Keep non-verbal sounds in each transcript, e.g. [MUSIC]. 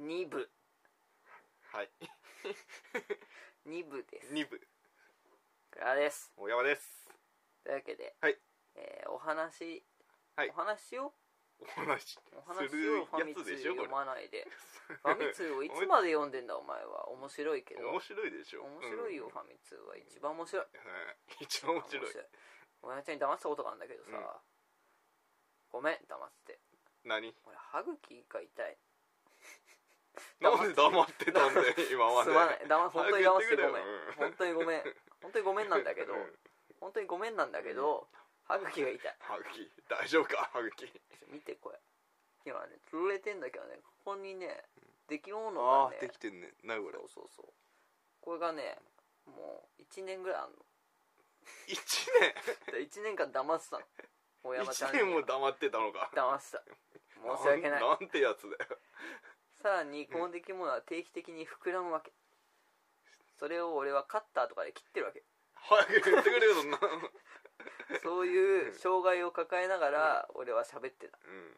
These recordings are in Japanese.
2部はい。 2部です2部、これあれです大山です。というわけで、はいえーお話、はいお話をお話お話するをファミやつ通でしょ、こ読まれ。ないでファミ通 [LAUGHS] をいつまで読んでんだお前は面白いけど面白いでしょ。面白いよ、うんファミ通は一番面白いはい一番面白い。親父に騙したことがあるんだけどさ、うんごめん黙って何俺歯茎が痛いなんで黙ってたんだよ、今まで。すまない [LAUGHS] 黙本当に騙してごめん早本く当にごめん本当にごめんなんだけどうん本当にごめんなんだけど歯茎が痛いハグキ、大丈夫か、ハグキ。見てこれ今ね震えてんだけどねここにねできものあがあ、ねできてんね。なにこれそ。うそうそうこれがねもう1年ぐらいあんの1 1年間騙 [LAUGHS] してたの大年山ちゃん1に年も黙ってたのか。騙した申し訳ないんんてやつだよ。さらにこの出来物は定期的に膨らむわけそれを俺はカッターとかで切ってるわけ早く言ってくれよ、そんな。そういう障害を抱えながら俺は喋ってたうん。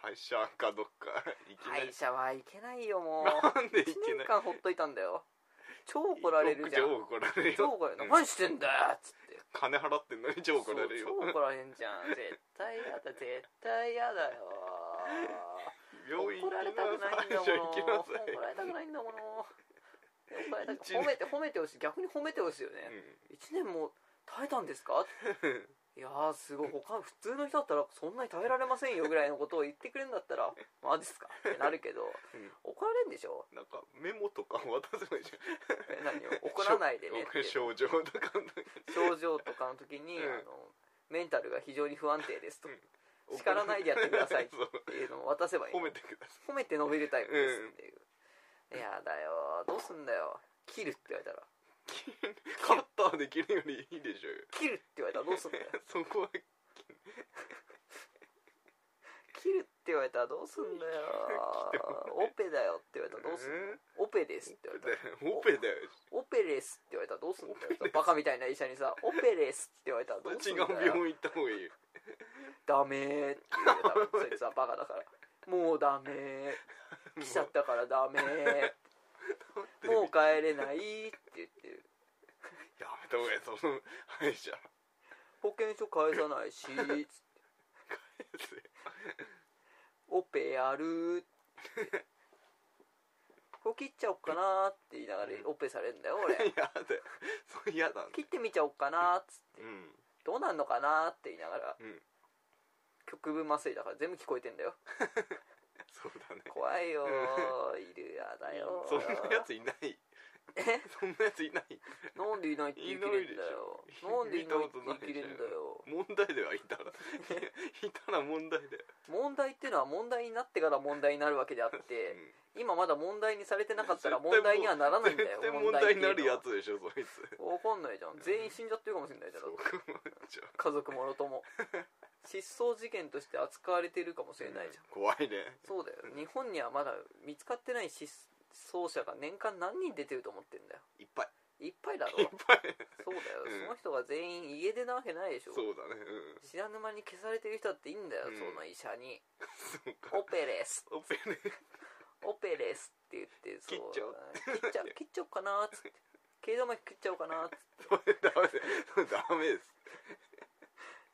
歯医者かどっか行きな歯い医。者はいけないよもうなんでい1けな年い間ほっといたんだよ超怒られるじゃん超怒られるよ超怒られるうん何してんだよっつって金払ってんのに超怒られるよそう超怒られんじゃん絶対やだ絶対やだよ怒病院行きらなれたくないんださいもの歯医者怒られたくないんだもの怒られたく行きなさい [LAUGHS] 一年褒めて褒めてほしい逆に褒めてほしいよね、1年も耐えたんですかいやーすごい他普通の人だったらそんなに耐えられませんよぐらいのことを言ってくれるんだったら [LAUGHS] マジっすかってなるけど、うん怒られんでしょ [LAUGHS] うんなんかメモとか渡せばいいじゃえ何を [LAUGHS] 怒らないでねって [LAUGHS] ん症状とか症状とかの時に、うんあのメンタルが非常に不安定ですと、うん叱らないでやってくださいっそうていうのを渡せばいい褒めてくださ褒めて伸びるタイプですっていう、いやだよどうすんだよ切るって言われたらいカッターできるよりいいでしょうよ切るって言われたらどうすんだよ [LAUGHS] そこは切るって言われたらどうすんだよ切っても [LAUGHS] らオペだよって言われたらどうすんのうんオペですって言われたらオペだよオペですって言われたらどうすんだよバカみたいな医者にさオペですって言われたらどうす違んうだよ病院行った方がいいよダメーって言われたらそいつはバカだからもうダメー来ちゃったからダ [LAUGHS] メーもう帰れないって言ってるやめた方がいいその歯医者保険証返さないしつってオペやる [LAUGHS] ってこれ切っちゃおっかなーって言いながらオペされるんだよ俺 [LAUGHS] 嫌だよそう嫌だ切ってみちゃおっかなーっつってうんどうなんのかなーって言いながら、うん局部麻酔だから全部聞こえてんだよそうだね怖いよーいるやだよー [LAUGHS] そんなやついないえそんなやついないなんでいないって言い切れんだよいないでしょなんでいないって言い切れんだよ問題ではい [LAUGHS] たらいたら問題だよ、問題ってのは問題になってから問題になるわけであって今まだ問題にされてなかったら問題にはならないんだよ絶対問題にな問題ってるいうのはやつでしょそいつわかんないじゃん全員死んじゃってるかもしれないじゃんそうじゃあ家族もろと [LAUGHS] も失踪事件として扱われてるかもしれないじゃん怖いねそうだよ日本にはまだ見つかってない失踪者が年間何人出てると思ってんだよいっぱいいっぱいだろいっぱいそうだよ、うんその人が全員家出なわけないでしょそうだねうん知らぬ間に消されてる人だっていいんだよ、うんその医者にそう「かオペですオペねオペです」って言ってそ切っちゃおう切っちゃう切っちゃおうかなーっ [LAUGHS] つって頸動脈切っちゃおうかなーっつっそれダメですそれダメです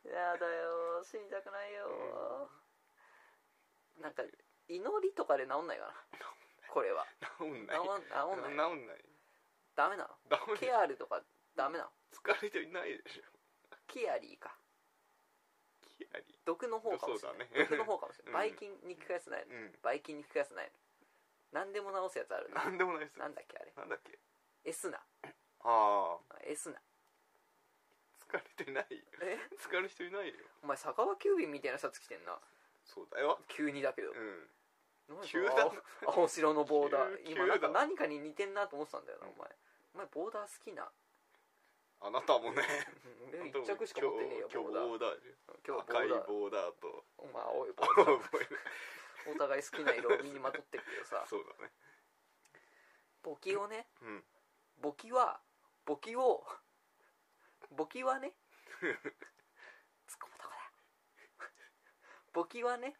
てやだよー死にたくないよーなんか祈りとかで治んないかなこれは治ん治ないん治んない治んないダメなのダメケアルとかダメなの疲れていないでしょケアリーかキアリ毒の方かもしれない、そ毒うだねの方かもしれない、ばうんい菌に効くやつないのうんばい菌に効くやつないの何でも治すやつあるなんでもないですななんだっけあれなんだっけエスナああエスナ疲れてないよえ疲れていないよお前酒場急便みたいなシャツ着てんなそうだよ急にだけどうん何そ急のだ青青白のボーダー [LAUGHS] 急今なんか急だ何かに似てんなと思ってたんだよなお前お前ボーダー好きなあなたもねうん一着しか持ってねえよ今日ボーダーボーダーで今日ボ赤いーダーボーダーとお前青いボーダ青いーお互い好きな色を身にまとってるけどさ [LAUGHS] そうだね簿記をねうん簿記は簿記を [LAUGHS] 簿記はね突っ込むとこだ簿記はね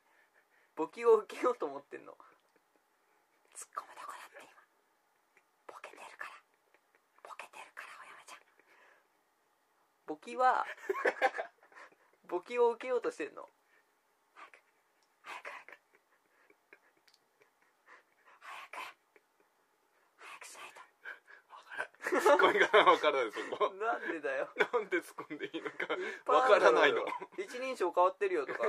簿記を受けようと思ってんの突っ込むとこだって今ボケてるからボケてるからおやめちゃんボキはボキを受けようとしてんの早く早く早く早く早くしないとツッコミが分からないそこ [LAUGHS] なんで [LAUGHS] だよなんで突っ込んでいいのか分からないのいっぱいあるだろうよ一人称変わってる [LAUGHS] よとか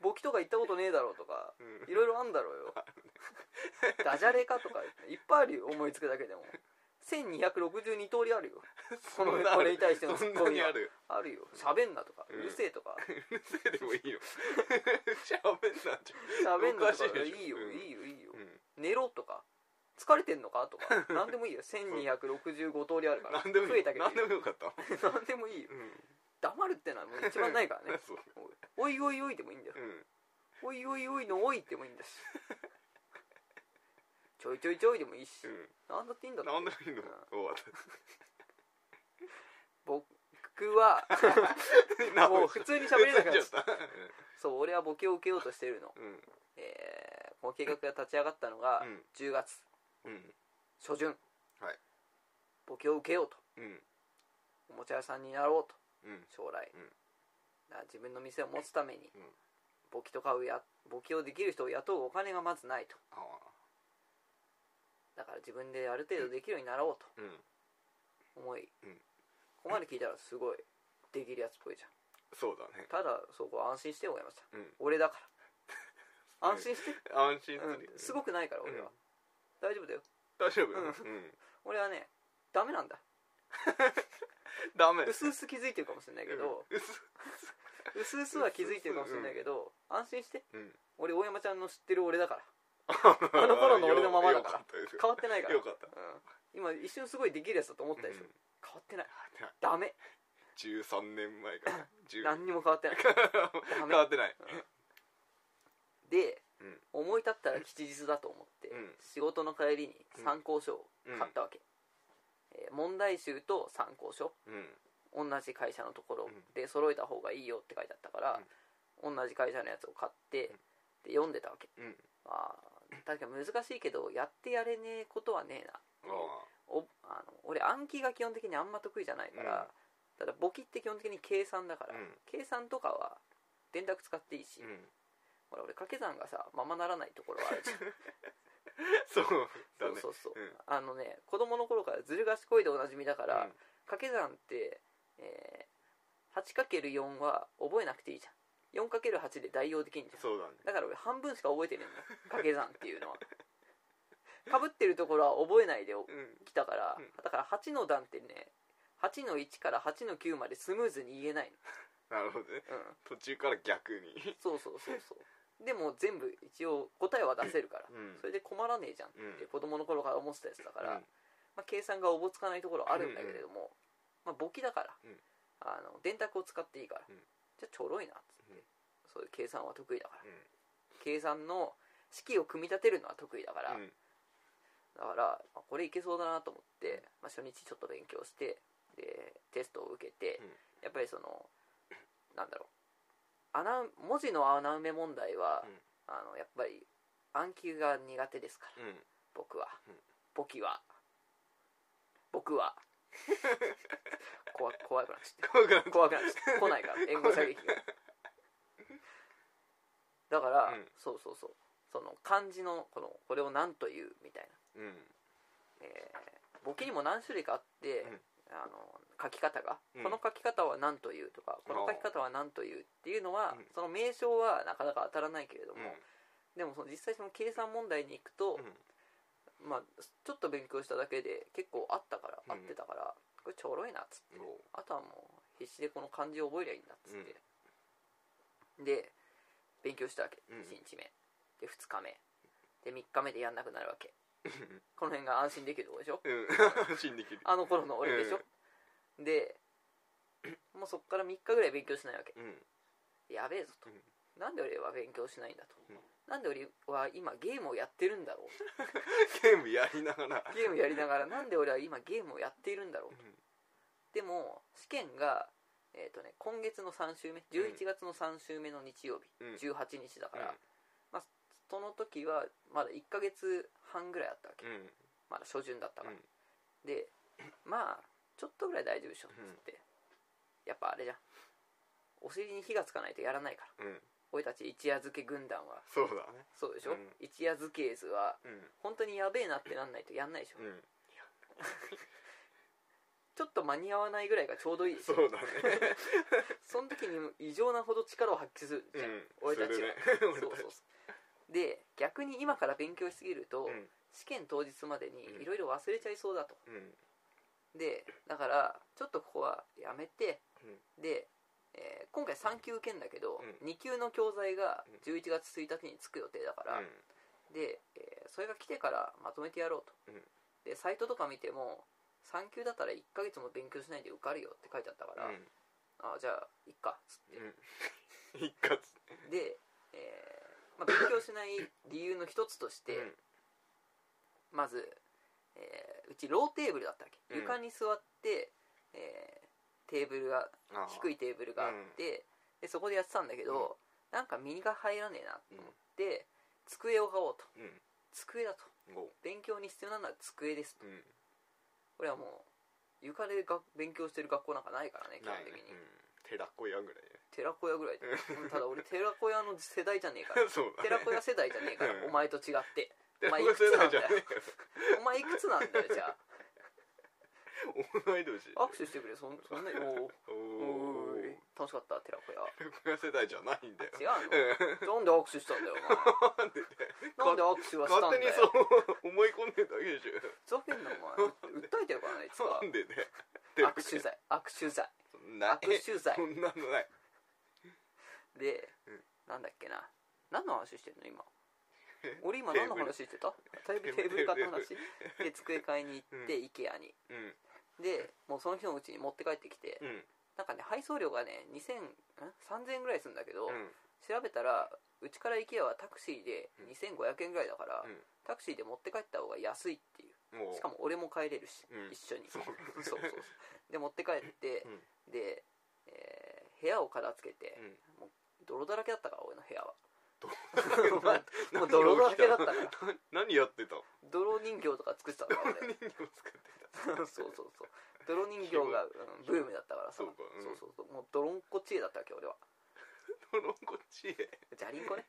簿記とか行ったことねえだろうとかうんうんいろいろあんだろう [LAUGHS] よダジャレかとかいっぱいあるよ思いつくだけでも1262通りあるよそこのんなあるこれに対してのそツッんなコミにはあるあるよ喋んなとかううんるせえとかうるせえでもいいよ喋んなじゃ喋んなとかおかしいでしょいいようんいいよいいよんうん寝ろとか疲れてんのかとか [LAUGHS] 何でもいいよ1265通りあるから何でも増いいえたけど何でもよかった [LAUGHS] 何でもいいようん黙るってのはもう一番ないからね [LAUGHS] そうおいおいおいでもいいんだようんおいおいおいのおいってもいいん [LAUGHS] だしちょいちょいちょいでもいいし、うなんだっていいんだっんて何でもいいの終わっ [LAUGHS] 僕はたもう普通に喋れなくなっちゃっ [LAUGHS] ゃったそう俺はボケを受けようとしてるのうんえー、この計画が立ち上がったのがうん10月うん初旬、はいボケを受けようとうんおもちゃ屋さんになろうとうん将来、うんだから自分の店を持つために、うん簿記とかをや簿記をできる人を雇うお金がまずないとあだから自分である程度できるようになろうーうんと思い、うんここまで聞いたらすごいできるやつっぽいじゃんそうだねただそこは安心して大山ちゃん、うん俺だから [LAUGHS] 安心して、安心うんするすごくないから俺は、うん大丈夫だよ大丈夫うんうん俺はねダメなんだダメうすうす気づいてるかもしれないけどうんうすうすうすは気づいてるかもしれないけど、安心してうん俺大山ちゃんの知ってる俺だからあの頃の俺のままだからよったですよ変わってないからよかったうん、今一瞬すごいできるやつだと思ったでしょ、うん変わってないいやダメ13年前から10何にも変わってない変わってないで、うん思い立ったら吉日だと思って、うん仕事の帰りに参考書を買ったわけ、えー問題集と参考書うん同じ会社のところうんで揃えた方がいいよって書いてあったから、同じ会社のやつを買ってで読んでたわけうんまあ確かに難しいけどやってやれねえことはねえなあおあの俺暗記が基本的にあんま得意じゃないから、ただ簿記って基本的に計算だから、うん計算とかは電卓使っていいし、ーうんほら俺掛け算がさままならないところはあるじゃんそうだそうねそうそう、うんあのね子供の頃からずる賢いでおなじみだから、うん掛け算って、えー、8×4 は覚えなくていいじゃん 4×8 で代用できんじゃんそうだねだから俺半分しか覚えてねえんだ掛け算っていうの [LAUGHS] はかぶってるところは覚えないでおうん来たから、うんだから8の段ってね8の1から8の9までスムーズに言えないなるほどねの、うん、途中から逆にそうそうそうそうでも全部一応答えは出せるから、うんそれで困らねえじゃんって、うん子供の頃から思ってたやつだから、うんまあ、計算がおぼつかないところはあるんだけれども、まあ、簿記だから、うんあの電卓を使っていいから、うんじゃあちょろいなっつって、うんそういう計算は得意だから、うん計算の式を組み立てるのは得意だから、うんだから、まあこれいけそうだなと思って、まあ、初日ちょっと勉強してでテストを受けて、うんやっぱりそのなんだろう穴文字の穴埋め問題は、うんあのやっぱり暗記が苦手ですから、うん僕は、うん簿記は僕 [LAUGHS] は怖怖くなっちゃっ怖くなって怖くなっちゃ [LAUGHS] って来ないから援護射撃がだから、うんそうそうそうその漢字のこのこれを何というみたいなうんえー簿記にも何種類かあって、うんあの書き方が、うんこの書き方は何というとかこの書き方は何というっていうのは、うんその名称はなかなか当たらないけれどうも、んでもその実際その計算問題に行くと、まあ、ちょっと勉強しただけで結構あったからうん合ってたから、これちょろいなっつって、おうあとはもう必死でこの漢字を覚えりゃいいんだっつって、で勉強したわけうん1日目で2日目で3日目でやんなくなるわけこの辺が安心できるとこでしょうん [LAUGHS] 安心できるあの頃の俺でしょ、でもうそっから3日ぐらい勉強しないわけうんやべえぞと、うんなんで俺は勉強しないんだと、うんなんで俺は今ゲームをやってるんだろうゲームやりながらゲームやりながらなんで俺は今ゲームをやっているんだろうでも試験がえっ、とね今月の3週目11月の3週目の日曜日、うん18日だから、うんまあ、その時はまだ1ヶ月半ぐらいあったわけ、うんまだ初旬だったから、うんでまあちょっとぐらい大丈夫でしょっつって、やっぱあれじゃんお尻に火がつかないとやらないからうん俺たち一夜漬け軍団はそうだねそうでしょ、うん一夜漬け図はうん本当にやべえなってなんないとやんないでしょ、うんちょっと間に合わないぐらいがちょうどいいでしそょうだね [LAUGHS] その時に異常なほど力を発揮するじうゃん、ん俺たちすがるねそう俺そうたちそうで逆に今から勉強しすぎると、うん試験当日までうにんいろいろ忘れちゃいそうだと、うんでだからちょっとここはやめて、うで、えー今回3級受けんだけど、う2級の教材が11月1日につく予定だから、うんで、えーそれが来てからまとめてやろうと、うんでサイトとか見ても3級だったら1ヶ月も勉強しないで受かるよって書いてあったから、うんあじゃあいっかっつってうん一括で、えーまあ、勉強しない理由の一つとして、うんまず、えーうちローテーブルだったわけうん床に座って、えーテーブルがああ低いテーブルがあって、でそこでやってたんだけど、なんか身が入らねえなと思って、机を買おうとうん机だと五勉強に必要なのは机ですとうんこれはもう床でが勉強してる学校なんかないからね基本ない的ねに、うん寺子屋ぐらいね寺子屋ぐらいで、うただ俺寺子屋の世代じゃねえ [LAUGHS] からそうだね寺子屋世代じゃねえから、うんお前と違って [LAUGHS] 寺まあ子屋世代じゃねお前いくつなんだよじゃえよ同い年あ握手してくれそ [LAUGHS] んそんなおーおおおーい楽しかった寺子屋寺子屋世代じゃないんだよ違うの [LAUGHS] うん [LAUGHS] なんで握手したんだよおなんでだよ前なんで握手はしたん勝だ手よにそう思い込んでるだけでしょふざけんなお前訴えてるからねいつかなんでね握手罪握手罪そんな握手罪そんなのないで、うんなんだっけな何の話してんの今え俺今何の話してたテーブルテーブル買った話テで机買いに行って、IKEA にうんでもうその日のうちに持って帰ってきて、うんなんかね配送料がね2000ん3000円ぐらいするんだけど、うん調べたらうちから IKEA はタクシーで2500円ぐらいだから、うんタクシーで持って帰った方が安いっていうもうしかも俺も帰れるし、うん一緒にそうそうそうで持って帰って、で、えー部屋を片付けて、うん泥だらけだったから俺の部屋 [LAUGHS] はうんまあ [LAUGHS] もう泥だらけだったから何何やってたの泥人形とか作ってたから俺 [LAUGHS] 人形作ってたそうそうそう泥人形が、うんブームだったからさそうかうんそうそうそうもう泥んこ知恵だったわけ俺は泥こっちへじゃりんこね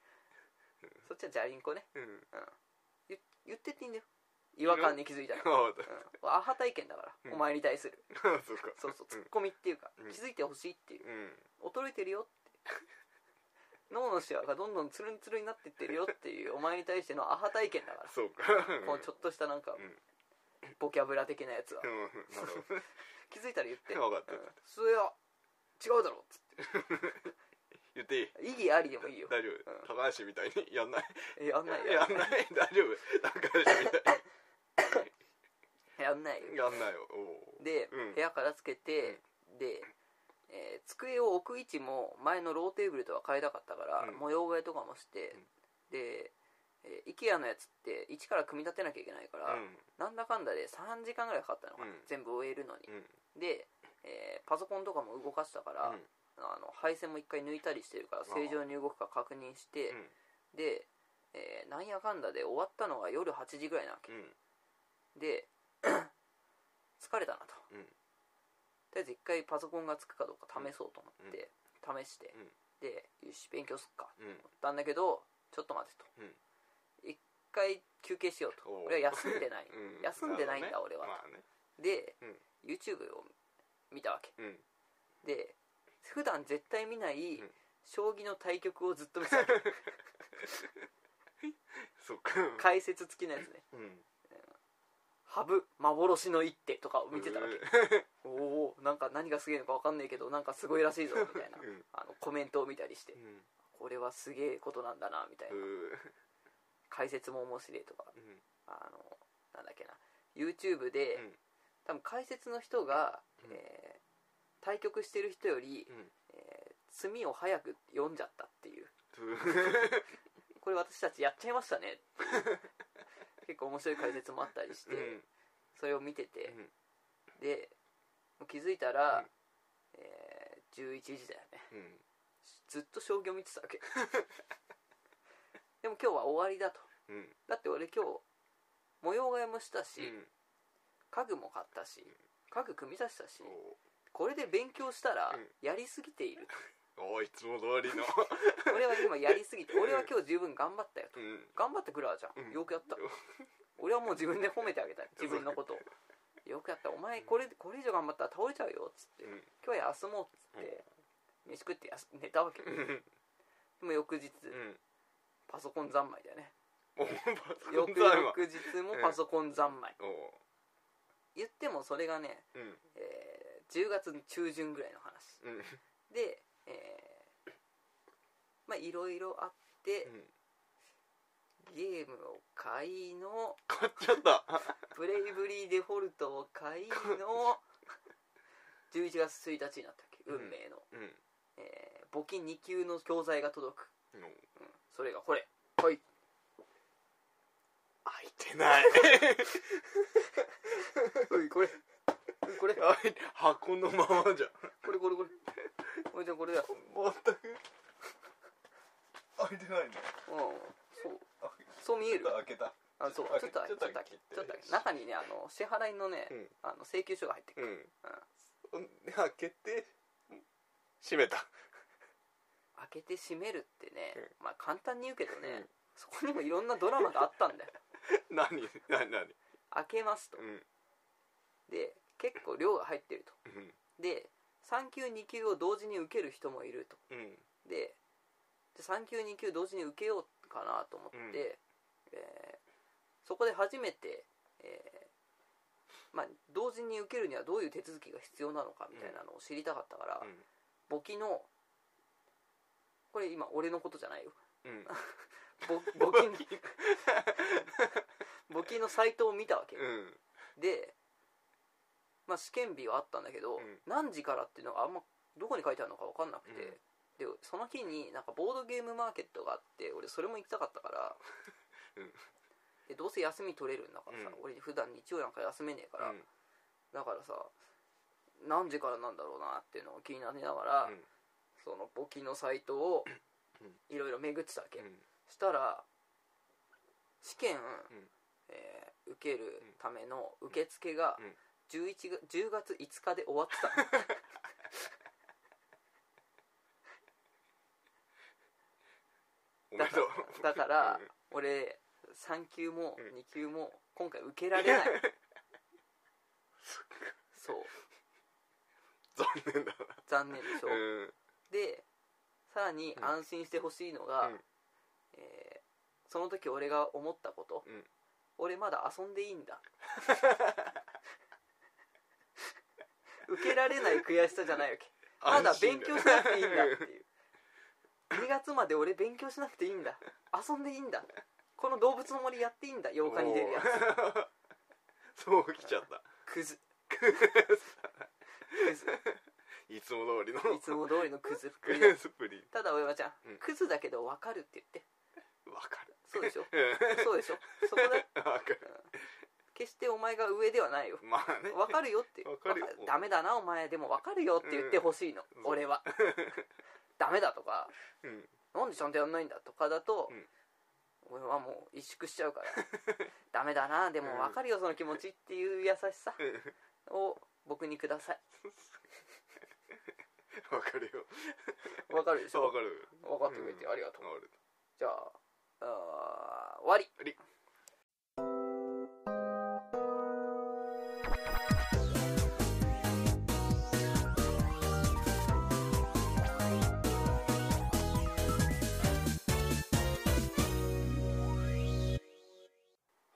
そっちはじゃりんこねうん言言ってっていいんだよ違和感に気づいたあら、あだうん、アハ体験だから、うんお前に対するああそうかそうそうツんッコミっていうか、うん気づいてほしいっていううん衰えてるよって脳のシワがどんどんツルンツルンになってってるよっていうお前に対してのアハ体験だからそうかこのちょっとしたなんか、うんボキャブラ的なやつはうんなるほど気づいたら言って分かったうんそれは違うだろうっつっ言っていいて意義ありでもいいよ大丈夫高橋みたいにやんないやんないよやんない大丈夫高橋みたいやんないよにやんないよおーで、うん部屋からつけて、で、えー机を置く位置も前のローテーブルとは変えたかったから、うん模様替えとかもして、で、えー IKEA のやつって一から組み立てなきゃいけないから、うんなんだかんだで3時間ぐらいかかったのかな、うん全部終えるのに、うんで、えーパソコンとかも動かしたから、うんあの配線も一回抜いたりしてるからあー正常に動くか確認して、で、えーなんやかんだで終わったのが夜8時ぐらいなわけうんうんで [CLEARS THROAT] 疲れたなと、うんとりあえず一回パソコンがつくかどうか試そうと思って、試して、うんでよし勉強すっかうん思ったんだけどちょっと待てとうん一、回休憩しようとおう俺は休んでないうん休んでないんだるほど俺はまあねで、 [LAUGHS] うん YouTube を見たわけうんで普段絶対見ない、うん将棋の対局をずっと見 [LAUGHS] てたそっか解説付きのやつねうん「羽生幻の一手」とかを見てたわけおおんか何がすげえのか分かんないけどなんかすごいらしいぞみたいなうんあのコメントを見たりしてうんこれはすげえことなんだなみたいなう解説も面白いとかうんあのなんだっけな YouTube で、うん多分解説の人が、うんえー対局してる人より、うんえー詰みを早く読んじゃったっていううんこれ私たちやっちゃいました [LAUGHS] ねっていう結構面白い解説もあったりして、うんそれを見ててうんでもう気づいたら、うんえー11時だよねうんずっと将棋を見てたわけ [LAUGHS] でも今日は終わりだとうんうんだって俺今日模様替えもしたし、うん家具も買ったし家具組み立てたしおこれで勉強したらうんやりすぎている、おいつも通りの俺は今やりすぎて俺は今日十分頑張ったよとうん頑張ってくるわじゃうんんよくやったよ俺はもう自分で褒めてあげ [LAUGHS] たい自分のことをよくやったお前これこれ以上頑張ったら倒れちゃうよっつってうん今日は休もうっつって飯食ってやす寝たわけうでんも翌日うんパソコン三昧だよねおパソコ [LAUGHS] 翌ンタイマー翌日もパソコン三昧おう言ってもそれがね、うんえー10月中旬ぐらいの話うんで、えーまあいろいろあってうんゲームを買いの買っちゃったブレイブリーデフォルトを買い [LAUGHS] の11月1日になったっけ運命の、うんえー募金2級の教材が届く、おううんそれがこれはい [LAUGHS] 開いてないういこれういこれこ開いて箱のままじゃれんこれこれこれじゃあこれだうん全く開いてないんだそうそう見える開けたあそうちょっとだけちょっとだけちょっとだけ中にねあの支払いのね、うんあの請求書が入ってくうる、ん開けて閉めた [LAUGHS] 開けて閉めるってねうん、まあ簡単に言うけどね、うんそこにもいろんなドラマがあったんだよ何何何開けますとうんで結構量が入ってるとうんで3級2級を同時に受ける人もいるとうんでで3級2級同時に受けようかなと思って、うんえーそこで初めて、えーまあ、同時に受けるにはどういう手続きが必要なのかみたいなのを知りたかったから、簿記のこれ今俺のことじゃないようんぼ募金募金のサイトを見たわけ、うんで、まあ、試験日はあったんだけど、うん何時からっていうのがあんまどこに書いてあるのか分かんなくて、うんでその日になんかボードゲームマーケットがあって俺それも行きたかったから、 [LAUGHS] うんでどうせ休み取れるんだからさ、うん俺普段日曜なんか休めねえから、だからさ何時からなんだろうなっていうのを気になりながら、うんその簿記のサイトをうんいろいろ巡ってたわけ、うんしたら試験、んえー受けるための受付がうん11月10月5日で終わ [LAUGHS] ってたのおめでとうだから俺3級もうん2級も今回受けら [LAUGHS] れないそう残念だ残念でしょ、なうんでさらにうん安心してほしいのが、うんえーその時俺が思ったこと、うん俺まだ遊んでいいんだ [LAUGHS] 受けられない悔しさじゃないわけまだ勉強しなくていいんだっていう2月まで俺勉強しなくていいんだ遊んでいいんだこの動物の森やっていいんだ8日に出るやつつ [LAUGHS] そう来ちゃったクズクズいつも通りのいつも通りのクズっぷクりだ [LAUGHS] スプリただ上山ちゃん、うんクズだけど分かるって言ってンわかるそうでしょうそうでしょそこだんわ [LAUGHS] かる決してお前が上ではないよまあね分かるよってわかるよわダメだなお前でも分かるよって言ってほしいの、うん俺はダメだとかうんなんでちゃんとやんないんだとかだと、うん俺はもう萎縮しちゃ [LAUGHS] うからダメだなでも分かるよその気持ちっていう優しさを僕にくださいわかるよ分かるでしょわかる分かってくれてありがとう、わかるじゃああー終わり終わり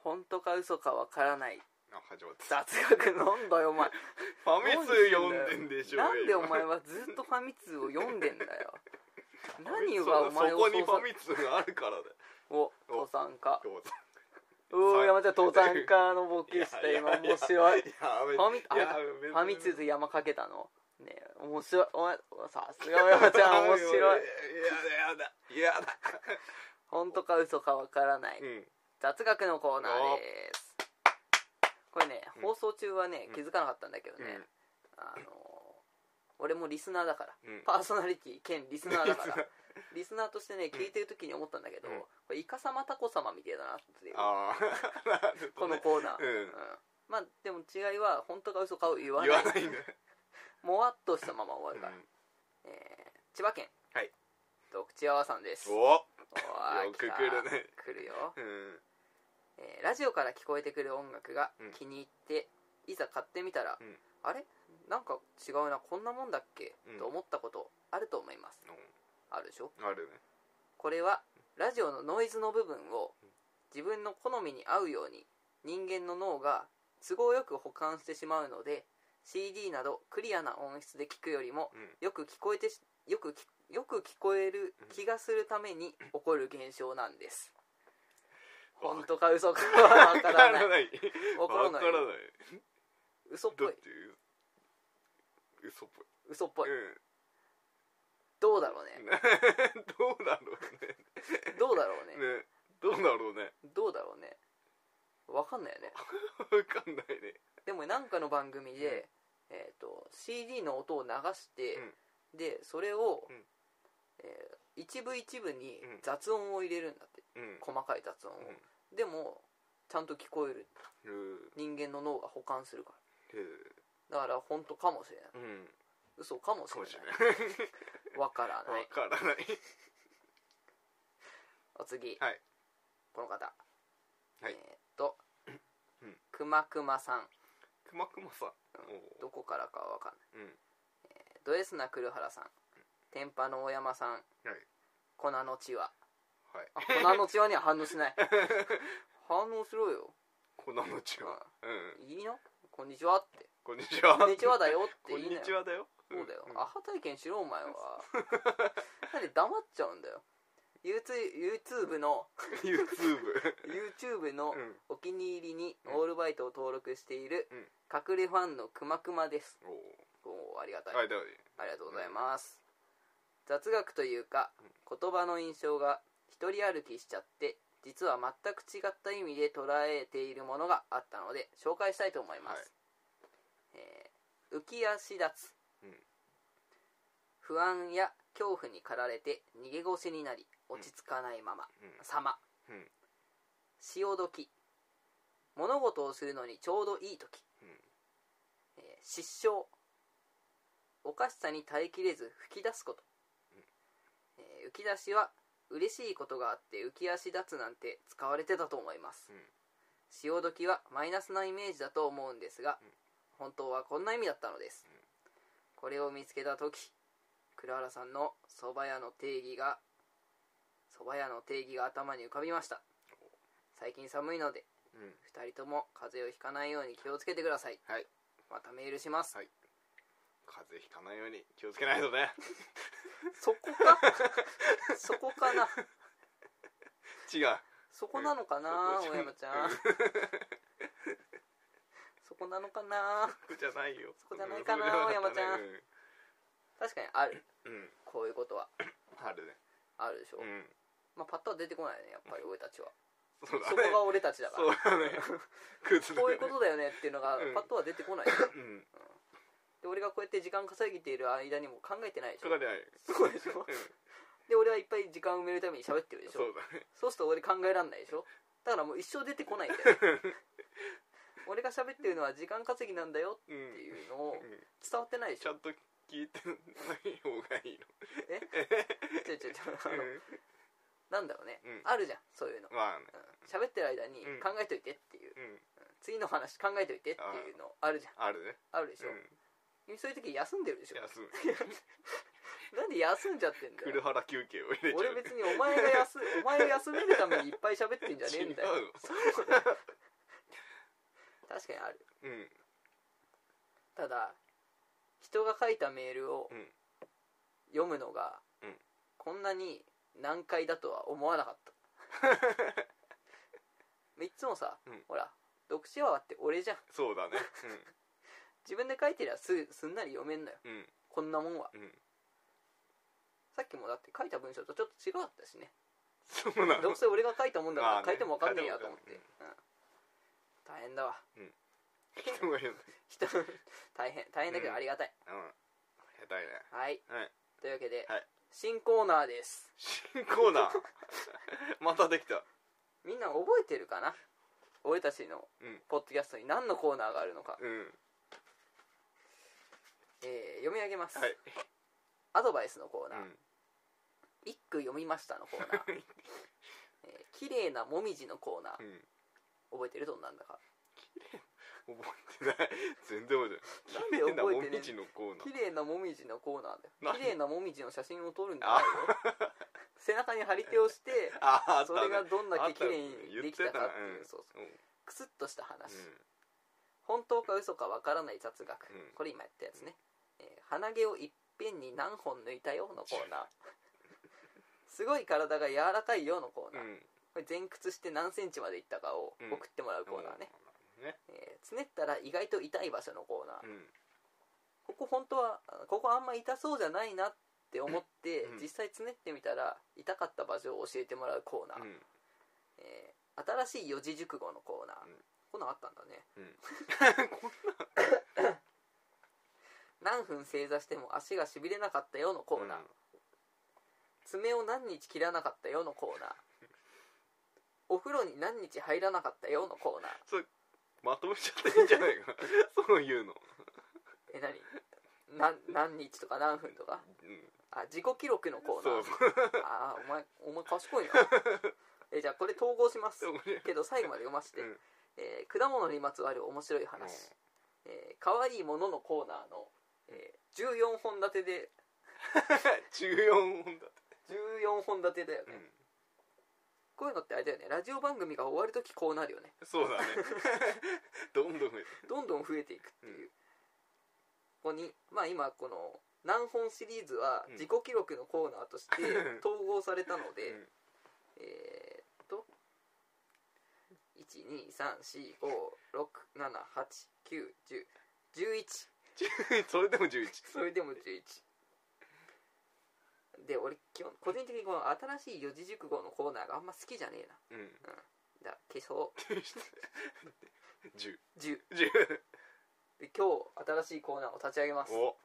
本当か嘘かわからないあ始まった雑学なんだよお前 [LAUGHS] ファミ通読んでんでしょなんでお前今はずっとファミ通を読んでんだ [LAUGHS] よ何そがお前そをこにフ父さんァミ通があるからだよお父さんかどうぞうー山ちゃん父さんかのボケしたいや今いやいや面白いやファミあべやべファミ通と山かけたのねえ面白いお前さすが山 [LAUGHS] ちゃん面白いやだやだやだ本当か嘘かわからないうん雑学のコーナーですこれねうん放送中はねうん気づかなかったんだけどねうんあの俺もリスナーだからうんパーソナリティ兼リスナーだからリスナーとしてね聞いてる時に思ったんだけど、うんこれイカ様タコ様みたいだなっていうああな [LAUGHS] るこほどのねコーナー、うんまあでも違いは本当か嘘かを言わない言わないねもわっとしたまま終わうるんから、えー千葉県はい独地わわさんですおおーよく来た来るね来るよ、うんえーラジオから聞こえてくる音楽がうん気に入って、いざ買ってみたら、うんあれなんか違うなこんなもんだっけ、うんと思ったことあると思いますあるでしょあるねこれはラジオのノイズの部分を自分の好みに合うように人間の脳が都合よく保管してしまうので CD などクリアな音質で聞くよりもうんよく聞こえてしよくきよく聞こえる気がするために起こる現象なんです本当か嘘かは分から [LAUGHS] ないない分からわないからない嘘っぽだっいて嘘っぽい嘘っぽいうんどうだろうねどうだろうねどうだろうねねどうだろうねどうだろうね分かんないよねわかんないねでもなんかの番組で、えー、と CD の音を流して、でそれを、うんえー一部一部にうん雑音を入れるんだってうん細かい雑音を、でもちゃんと聞こえるうん人間の脳が保管するかうんらだから本当かもしれないうん嘘かもしかれもしれなないいわからなわいからないお次、はいこの方、はいえーっとうんくまくまさんくまくまさんうんおどこからかはわかんないーうんドエスナ黒原さん天パの大山さん、粉の血ははいあ粉の血はには反応し [LAUGHS] ない反応しろよ粉の血はうんいいなこんにちはってこんにちはこんにちはだよって [LAUGHS] こんいいなによちはだよそうだよ、んアハ体験しろお [LAUGHS] 前はなんで黙っちゃうんだよ YouTube の [LAUGHS] YouTube YouTube のうんお気に入りにうんオールバイトを登録しているうん隠れファンのくまくまですおーおおありがたい、はいだよねありがとうございます、雑学というか言葉の印象が一人歩きしちゃって実は全く違った意味で捉えているものがあったので紹介したいと思います、えー浮き足立つ、うん不安や恐怖に駆られて逃げ腰になり落ち着かないまま、うん様、うん潮時物事をするのにちょうどいい時、うんえー失笑おかしさに耐えきれず吹き出すこと、えー浮き出しは嬉しいことがあって浮き足立つなんて使われてたと思います、うん潮時はマイナスなイメージだと思うんですが、うん本当はこんな意味だったのです、うんこれを見つけた時倉原さんの蕎麦屋の定義が蕎麦屋の定義が頭に浮かびました最近寒いのでうん2人とも風邪をひかないように気をつけてくださいはいまたメールします、はい風邪ひかないように気をつけないとねそこか [LAUGHS] そこかな違うそこなのかな大そこじゃ山ちゃんうんそこなのかなそこじゃないよそこじゃないかなうん大山ちゃんうん確かにあるうんこういうことはあるねあるでしょ、うんまあ、パッとは出てこないねやっぱり俺たちはそうだそこねが俺たちだかそうらだねクズだね [LAUGHS] こういうことだよねっていうのがうんパッとは出てこない、うんで俺がこうやって時間稼ぎている間にも考えてないでしそょこじゃないそうでしうょんで俺はいっぱい時間を埋めるために喋ってるでしそょうだねそうすると俺考えらんないでしょだからもう一生出てこないんだよ俺が喋ってるのは時間稼ぎなんだようっんていうのをうん伝わってないでしちゃょんと聞いてない方がいいのちょいちょいちょいあの [LAUGHS] うなんだろうね、うんあるじゃんそういうの、うんんまあね喋ってる間にうん考えといてっていう、うん次の話考えといてっていうのあるじゃんあるねあるでしうょ、んそういう時休んでるでしょ休むなんで休んじゃってんだ黒よ原休憩を入れちゃう俺別にお前が [LAUGHS] 休お前が休めるためにいっぱい喋ってんじゃねえんだよ違うのそう確かにあるうんただ人が書いたメールをうん読むのが、うんこんなに難解だとは思わなか [LAUGHS] ったいつもさ、うんほら読書はって俺じゃんそうだね自分で書いてりゃすすんなり読めんのようんうんこんなもんはうんさっきもだって書いた文章とちょっと違かったしねそうなどのうせ俺が書いたもんだかまあらね書いても分かんねえやと思って、書いてうん大変だわ人が言う人 [LAUGHS] 大変大変だけどありがたい、のうん下手いねはい、はいというわけで、はい新コーナーです新コーナー [LAUGHS] またできたみんな覚えてるかな俺たちのうんポッドキャストに何のコーナーがあるのか、うんえー読み上げます、はいアドバイスのコーナうーん「一句読みました」のコーナー [LAUGHS] えー「綺麗なもみじ」のコーナーうん覚えてるどんなんだか覚えてない全然覚えてない綺麗ななんもで覚えてねみじのコーナー綺麗なもみじのコーナーだなよん綺麗なもみじの写真を撮るんだよ背中に張り手をしてあ [LAUGHS] あったそねれがどんだあけった綺麗にできたかって言いうってたそうそうなうんくすっとした話、うん本当か嘘かわからない雑学、んこれ今やったやつね、えー鼻毛をいっぺんに何本抜いたよのコーナー [LAUGHS] すごい体が柔らかいよのコーナー、うんこれ前屈して何センチまでいったかをうん送ってもらうコーナーね、ねえーつねったら意外と痛い場所のコーナー、うんここ本当はあここあんま痛そうじゃないなって思って、うん実際つねってみたら痛かった場所を教えてもらうコーナー、うんえー新しい四字熟語のコーナー、うんこんなんあったんだねうん何分正座しても足がしびれなかったよのコーナー、うん爪を何日切らなかったよのコーナーお風呂に何日入らなかったよのコーナーまとめちゃっていいんじゃないか [LAUGHS] そういうのえ何何何日とか何分とかうんあ自己記録のコーナそーうそうああお前お前賢いなえじゃあこれ統合しますそうねけど最後まで読ませて、うんえー果物にまつわる面白い話、えー可愛いもののコーナーの、えー14本立てで14本だっ14本立てだよてね、うんこういうのってあれだよねラジオ番組が終わる時こうなるよねそうだね [LAUGHS] どんどん増えてどんどん増えていくっていう、ここにまあ今この何本シリーズはうん自己記録のコーナーとして統合されたので、うんえーっと1234567891011それでも11それでも11で俺基本個人的にこの新しい四字熟語のコーナーがあんま好きじゃねえなうんだから化粧1010 10で今日新しいコーナーを立ち上げますお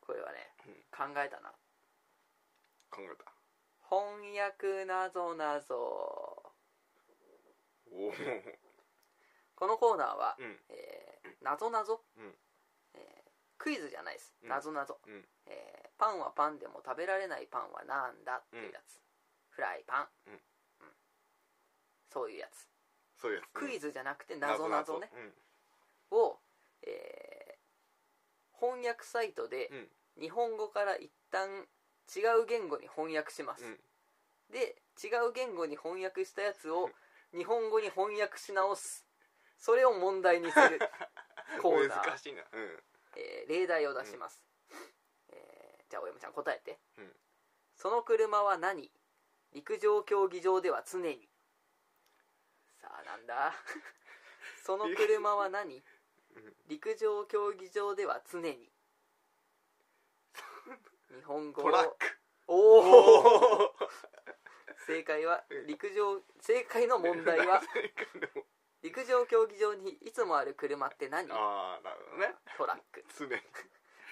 これはね、うん考えたな考えた翻訳なぞなぞおおこのコーナーは、うんえーなぞなぞ、うんえークイズじゃないですうんなぞなぞ、うんえーパンはパンでも食べられないパンはなんだっていうやつ、フライパン、うんうんそういうやつそういうやつクイズズじゃなくてなぞなぞねうんを、えー翻訳サイトでうん日本語から一旦違う言語に翻訳します、うんで違う言語に翻訳したやつを日本語に翻訳し直すそれを問題にするコーナー [LAUGHS] 難しいなうんえー例題を出します、えーじゃあお山ちゃん答えて、うんその車は何陸上競技場では常にさあなんだ [LAUGHS] その車は何うん陸上競技場では常に日本語をトラックおおおお正解はうん陸上正解の問題は陸上競技場にいつもある車って何ト [LAUGHS] ああなるほどねラック常に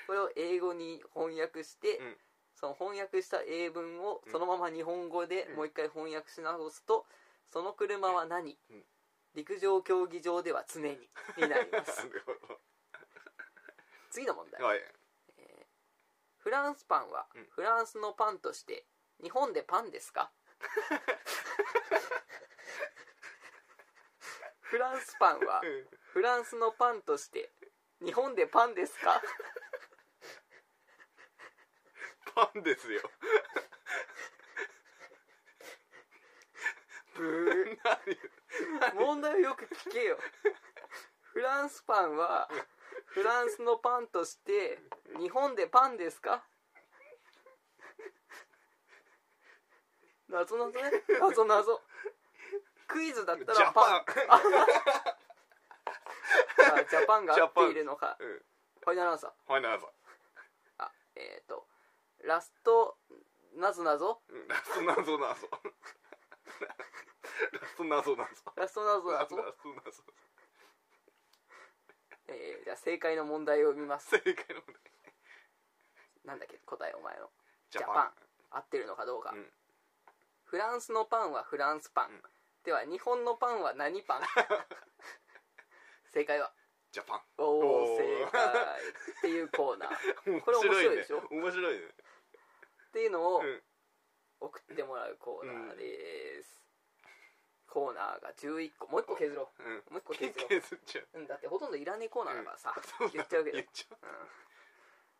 これを英語に翻訳して、うんその翻訳した英文をそのまま日本語でうんもう一回翻訳し直すと「その車は何うん陸上競技場では常に」になります [LAUGHS] なるほ次の問題、どはいフランスパンはうんフランスのパンとして日本でパンです [LAUGHS] かフランスパンはうんフランスのパンとして日本でパンですかパンです [LAUGHS] よブー何問題をよく聞けよフランスパンはフランスのパンとして日本でパンですか謎謎ね謎謎クイズだったジらャパン [LAUGHS] パンあジャパンが合っているのかうんファイナルアンサーファイナルアンサーあえっ、ー、とラスト謎謎うんラスト謎謎 [LAUGHS] ラスト謎謎ラスト謎ラスト謎謎謎えー、じゃあ正解の問題を見ます正解の問題なんだっけ答えお前のジャジャパパン合ってるのかどうか、うんフランスのパンはフランスパン、うんでは日本のパンは何 [LAUGHS] パン正解はンジャパンおおおー正解っていうコーナーっ面これ面白いねでしょ面白いねていうのをうん送ってもらうコーナーです、コーナーが11個もう1個削ろううもんう1個 [LAUGHS] 削ろ削っちゃうう、うん、だってほとんどいらねえコーナーだからさ、そうだ言っちゃうけど言っちゃう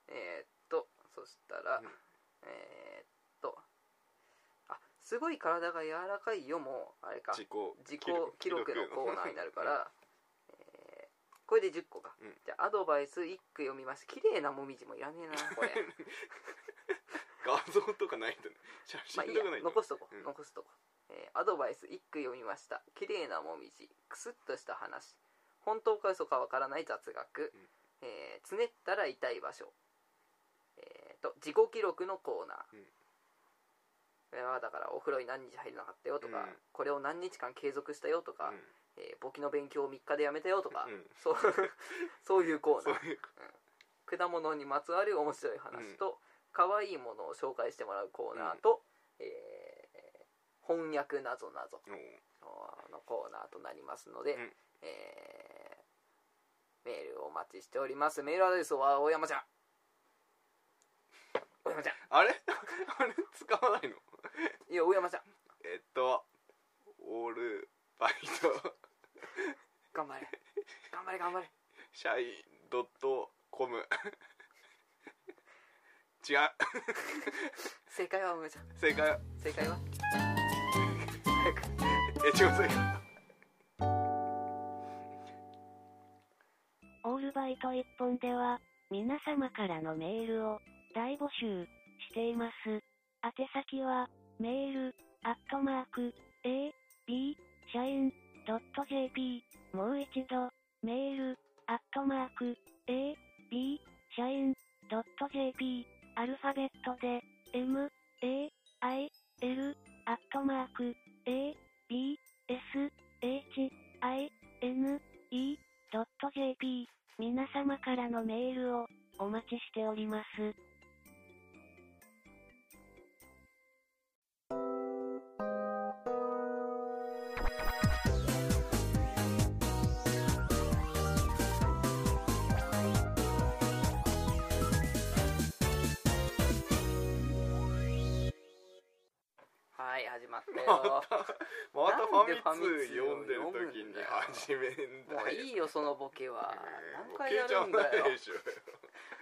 うんえーっとそしたら、うんえーっとあすごい体が柔らかいよもうあれか自己自己記録のコーナーになるから、えーこれで10個か、うんじゃあアドバイス1句読みます綺麗なもみじもいら [LAUGHS] ねえなこれ画像とかないんだね写まあ真いいとやかないんだね残すとこ、うん残すとこ、えーアドバイス1句読みました綺麗なもみじくすっとした話本当か嘘かわからない雑学、うんえーつねったら痛い場所えーと自己記録のコーナー、うんこれはだからお風呂に何日入らなかったよとか、うんこれを何日間継続したよとか、えー簿記の勉強を3日でやめたよとか、うんそう [LAUGHS] そういうコうんーそナういうー果物にまつわる面白い話と、可愛いものを紹介してもらうコーナーと、えー翻訳なぞなぞおうのコーナーとなりますので、うんえーメールをお待ちしておりますメールアドレスは大山ちゃん大山ちゃあれ [LAUGHS] あれ使わないのんいや大山ちゃんえっとオールバイト頑張れ頑張れ頑張れシャイドットコム違う正解は大山ちゃん正解は正解は [LAUGHS] 早くえ違う正解オールバイト一本では、皆様からのメールを大募集しています。宛先は、メール、アットマーク、a, b, 社員 .jp、もう一度、メール、アットマーク、a, b, 社員 .jp、アルファベットで、m, a, i, l, アットマーク、a, b, s, h, i, n, e, .jp 皆様からのメールをお待ちしております。はい始まったまよたまたファミなんでファミ通通読んでるを読むんだ時よに始めんもうだよいいよそのボケはうん何回やるんだ消えちゃわないよでしょ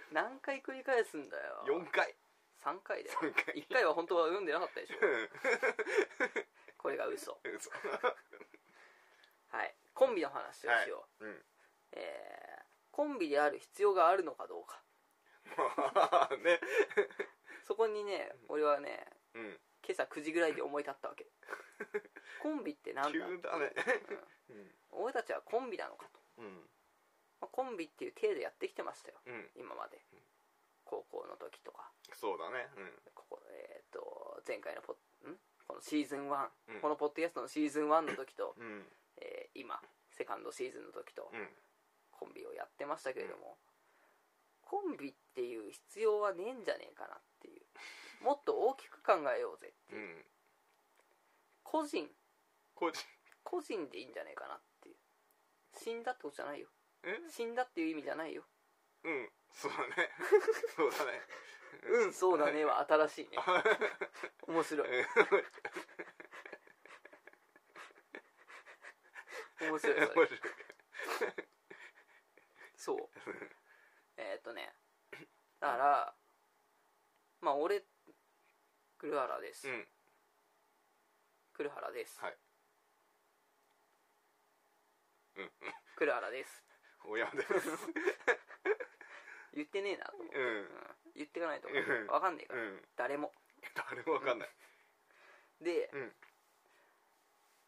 何回繰り返すんだよ4回3回だよ3回1回は本当は読んでなかったでしょこれが [LAUGHS] 嘘うん嘘はいコンビの話をしよう、はいうんえーコンビである必要があるのかどうかまあねそこにね俺はねうん今朝9時ぐらいで思い立ったわ [LAUGHS] けコンビってなんだ、急だねうんうん俺たちはコンビなのかと、うんまあ、コンビっていう体でやってきてましたようん今まで高校の時とかそうだねうんここえー、と前回のポッんこのシーズン1、うんこのポッドキャストのシーズン1の時 [COUGHS] と、うんえー今セカンドシーズンの時とうんコンビをやってましたけれども、コンビっていう必要はねえんじゃねえかなっていうもっと大きく考えようぜってういう、ん個人個人個人でいいんじゃねえかなっていう死んだってことじゃないよえ死んだっていう意味じゃないようんそうだねそうだねうんそうだねは [LAUGHS] 新しいね面白い面白い [LAUGHS] それ面白い [LAUGHS] そうえーっとねだからまあ俺黒原です、うん黒原です、はいうん黒原です親です言ってねえなと思って、うんうん言ってかないとう分んかんねえから、うん誰も誰もわかんないで、うんだか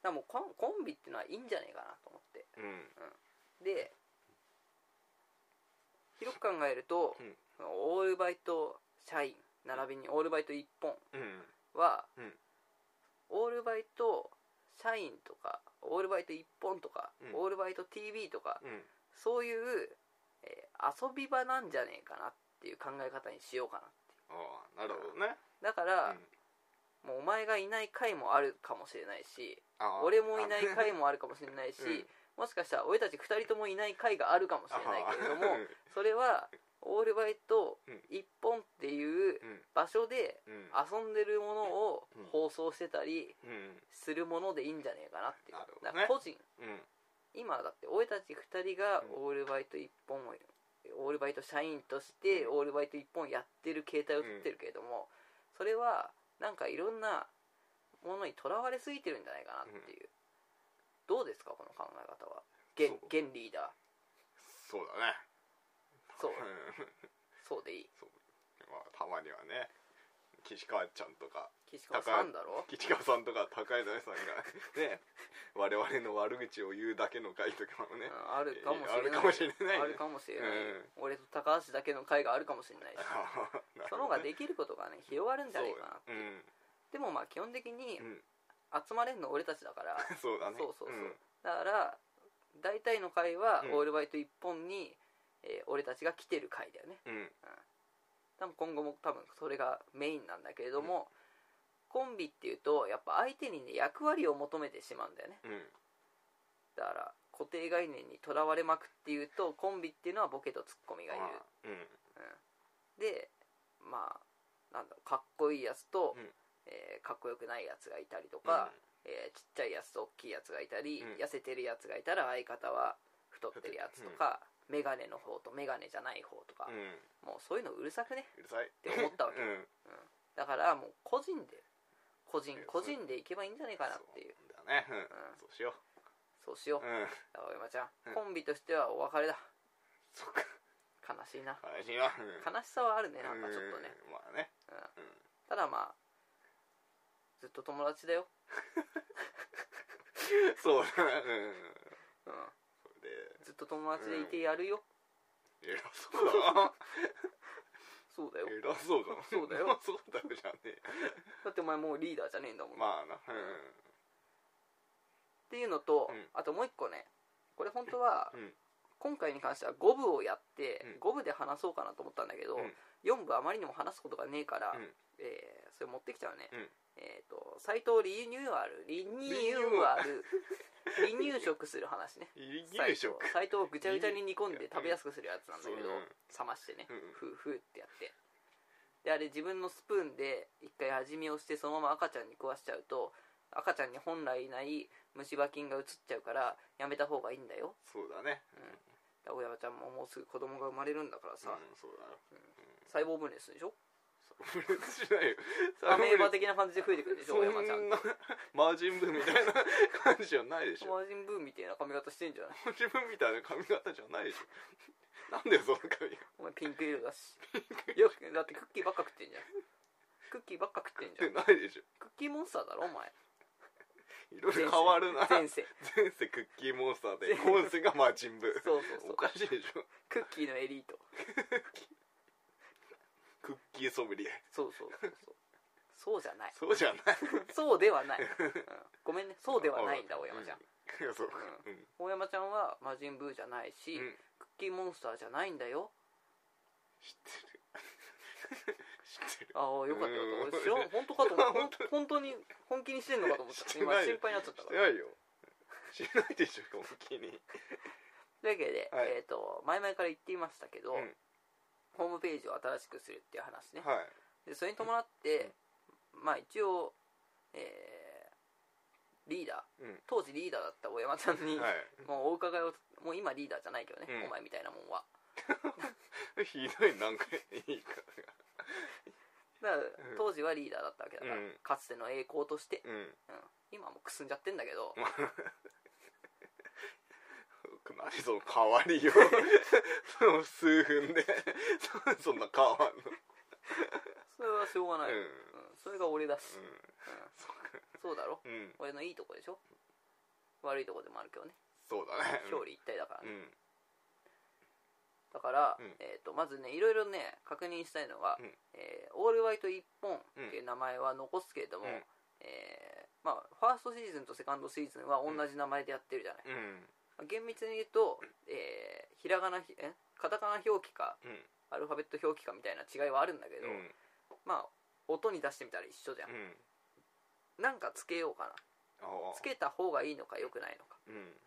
らもうコンコンビってのはいいんじゃねえかなと思ってうんで広く考えると、うんオールバイト社員並びにオールバイト一本うんは、うんオールバイト社員とかオールバイト一本とか、うんオールバイト TV とかうんそういう、えー遊び場なんじゃねえかなっていう考え方にしようかなってああなるほどね、だかうら、んもうお前がいない回もあるかもしれないしああ俺もいない回もあるかもしれないし、うんもしかしたら俺たち2人ともいない回があるかもしれないけれどもそれはオールバイとうん一本っていううん場所でうんうん遊んでるものをうん放送してたりうんするものでいいんじゃねえかなっていうなるほどだねから個人うん今だって俺たち2人がうオールバイト一本をオールバイト社員としてうオールバイト一本やってる携帯を取ってるけれどもそれはなんかいろんなものにとらわれすぎてるんじゃないかなっていうどうですかこの考え方は現そう現リーダーそうだねそううんそうでいい [LAUGHS] まあたまにはね岸川ちゃんとか岸川さんだろ岸川さんとか高枝さんが [LAUGHS] ね我々の悪口を言うだけの回とかもねうんあるかもしれないあるかもしれあるかもしれなないねいうん俺と高橋だけの会があるかもしれ [LAUGHS] ないしなるほど [LAUGHS] その方ができることがね広がるんじゃそうないかなうんでもまあ基本的にうん集まれるの俺たちだから [LAUGHS] そうだねそうそうそう、んだから大体の会はうんオールバイト一本に、えー俺たちが来てる会だよねうん多分今後も多分それがメインなんだけれども、コンビっていうとやっぱ相手にね役割を求めてしまうんだよねうんだから固定概念にとらわれまくっていうとコンビっていうのはボケとツッコミがいる、まあうんでまあなんだろうかっこいいやつと、うんえーかっこよくないやつがいたりとか、えーちっちゃいやつと大きいやつがいたり、うん痩せてるやつがいたら相方は太ってるやつとか、メガネの方とメガネじゃない方とかう、んうんもうそういうのうるさくねうるさいって思ったわけうんだからもう個人で個人いや個人でいけばいいんじゃないかなっていうそうだねうんんそうしよそうしようう、うん青山ちゃん、うんコンビとしてはお別れだそっか悲しいな悲しいなうん悲しさはあるねなんかちょっとね、うんまあねうんうんただまあずっと友達だよ、そうだねうんうん、それでずっと友達でいてやるよ、偉そうだな [LAUGHS] そうだよ偉そうだなそうだよ [LAUGHS] そうだよじゃねえだってお前もうリーダーじゃねえんだもん、まあなうんっていうのと、うんあともう一個ねこれ本当は、うん今回に関しては5部をやって、うん五5部で話そうかなと思ったんだけど、うん四4部あまりにも話すことがねえから、うんえーそれ持ってきちゃうね、うんえっ、と斎藤リニューアルリニューアルリニュー食する話ねいい斎で藤しょ斎藤をぐちゃぐちゃに煮込んで食べやすくするやつなんだけど、うん冷ましてね、うんふうふうってやってであれ自分のスプーンで一回味見をしてそのまま赤ちゃんに食わしちゃうと赤ちゃんに本来いない虫歯菌が移っちゃうからやめた方がいいんだよそうだねだから親ちゃんももうすぐ子供が生まれるんだからさ、うんそうだよ細胞分裂するでしょそう分裂しないよアメーバ的な感じで増えてくるでしょそ親ちゃんんなマージンブーみたいな感じじゃないでし [LAUGHS] ょマージンブーみたいな髪型してん [LAUGHS] じゃないマージンブーみたいな髪型じゃないでしょなんだよその髪型お前ピンク色だしよくだってクッキーばっか食ってんじゃんクッキーばっか食ってんじ [LAUGHS] ゃんないでしょクッキーモンスターだろお前いろいろ変わるな前世前世クッキーモンスターで今世がマージンブーそうそうそうおかしいでしょクッキーのエリートクッキーソムリエそうそうそうそう [LAUGHS] そうじゃないそうじゃないそうではない、うんご [LAUGHS] めんねそうではないんだう大山ちゃんいや [LAUGHS] そうかうん大山ちゃんは魔人ブーじゃないし、うんクッキーモンスターじゃないんだよ知ってる知ってるああよかったよかった俺知らうんん本当かと思ったほん [LAUGHS] 本当本当に本気にしてんのかと [LAUGHS] 思っしてた今ない心配になっちゃったしかてらないよしないでしょ本気にというわけで、はいえっ、と前々から言っていましたけど、うんホームページを新しくするっていう話ね、はいでそれに伴って、まあ一応えーリーダーうん当時リーダーだった大山ちゃん [LAUGHS] に、はもうお伺いをもう今リーダーじゃないけどね、うんお前みたいなもんはいひどい何回いいかだからうん当時はリーダーだったわけだから、うんかつての栄光として、らうんうん今はもうくすんじゃってんだけど、まあ何その変わりよその数分でそそんな変わんのそれはしょうがない、うんうんそれが俺だし、うんうんそっかそうだろうん俺のいいとこでしょ悪いとこでもあるけどねそうだね表裏一体だからうね、んだから、うんえー、とまずねいろいろね確認したいのが、うんえーオールワイト一本っていう名前は残すけれども、うんえーまあ、ファーストシーズンとセカンドシーズンは同じ名前でやってるじゃない、うん厳密に言うと、えーひらがなひえカタカナ表記かうんアルファベット表記かみたいな違いはあるんだけど、うんまあ音に出してみたら一緒じゃん、うんなんかつけようかなあつけた方がいいのか良くないのかうん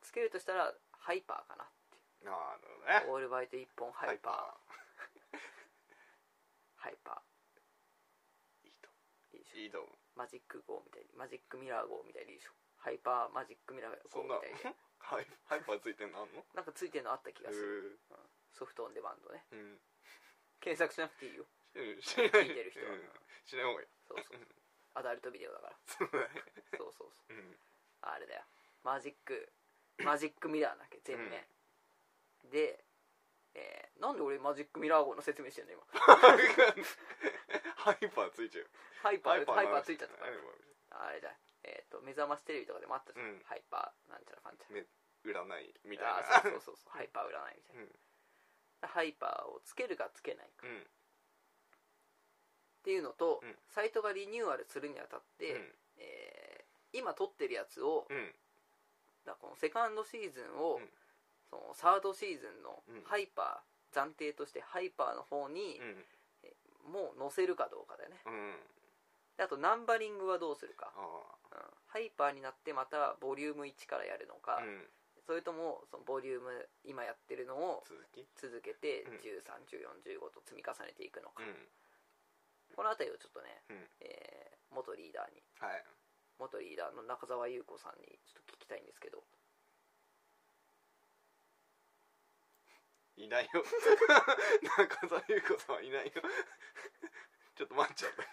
つけるとしたらハイパーかなああなるほどねオールバイト1本ハイパーハイパいいとーいいでしょいいとマジック号みたいにマジックミラー号みたいでいいでしょハイパーマジックミラーそ号んみなたいでハイハイパーついてんのあんのなんかついてるのあった気がするうソフトオンデマンドねーん検索しなくていいようんしない聞いてる人はうんしない方がいいそうそうアダルトビデオだからそうだねそうそうそううんあれだよマジックマジックミラーだっけ全面、で、えーなんで俺マジックミラー号の説明してんの今ハイパーついちゃうハイパーハイパーついちゃったからハイパあれだよえっ、と目覚ましテレビとかでもあったじゃん、うんハイパーなんちゃらかんちゃらー占いみたいあなーそうそうそうそうハ [LAUGHS] イパー占いみたいな、ハイパーをつけるかつけないかっうんていうのと、うんサイトがリニューアルするにあたって、うんえー今撮ってるやつを、うんだからこのセカンドシーズンを、うんそのサードシーズンのうんハイパー、暫定としてハイパーの方にうんもう載せるかどうかだよねうんであとナンバリングはどうするか、あうんハイパーになってまたボリューム1からやるのか、あうんそれともそのボリューム今やってるのを続き続けてうん131415と積み重ねていくのうか、んこの辺りをちょっとね、うんえー元リーダーにはい元リーダーの中澤裕子さんにちょっと聞きたいんですけど [LAUGHS] いないよ中澤裕子さんはいないよちょっと待っちゃった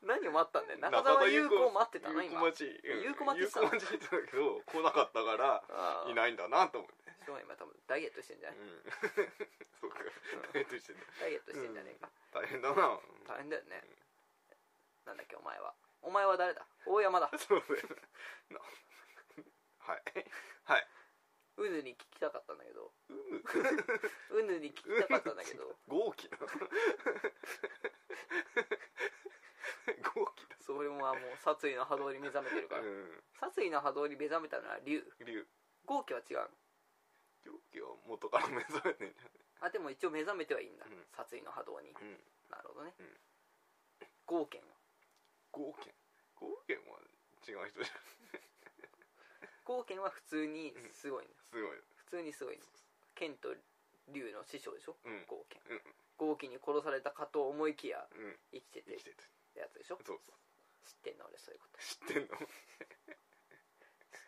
何を待ったんだよ中澤裕子を待ってたの裕今子待ち裕子待ちしたの裕子待ちしてたけど来なかったからああいないんだなと思ってしょうがない今多分ダイエットしてんじゃうない、んそうかダイエットしてんだダイエットしてんじゃねえか、大変だな大変だよね、なんだっけお前はお前は誰だ大山だそうだよなはいはいウヌに聞きたかったんだけどウ [LAUGHS] ヌに聞きたかったんだけど [LAUGHS] 豪気な豪気それもはもう殺意の波動に目覚めてるかだら、うん殺意の波動に目覚めたのは竜龍豪気は違うの狂気は元から目覚めてんじあでも一応目覚めてはいいんだ、うん殺意の波動にゃんうんなるほどね、うん豪剣は豪剣豪剣は違う人じゃん豪剣は普通にすごいの、すごい普通にすごいの剣と竜の師匠でしょ、うん豪剣うん豪気に殺されたかと思いきやうん生きてて生きててやつでしょそうそ知ってんの俺そういうことう知ってんの知ってんの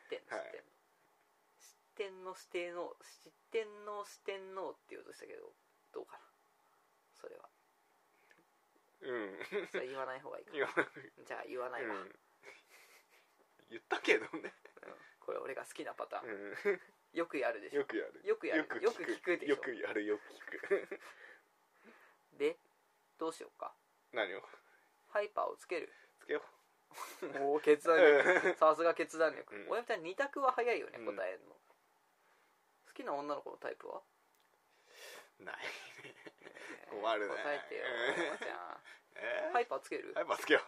知はいってんの、知ってんの四天王四天王四天王って言おうとしたけどどうかなそれは [LAUGHS] うんそれ言わない方がいいか言わないじゃあ言わないわ、うん言ったけどねこれ俺が好きなパターン、うよくやるでんしょよくやるよくやるよく聞くでしょよくやるよく聞くでどうしようか何をハイパーをつけるつけよおお決う断力さすが決断力、うん俺みたいに2択は早いよねうん答えんの、好きな女の子のタイプは [LAUGHS] ない [LAUGHS] 困るね答えてようん山ちゃえんーハイパーつける、ハイパーつけよ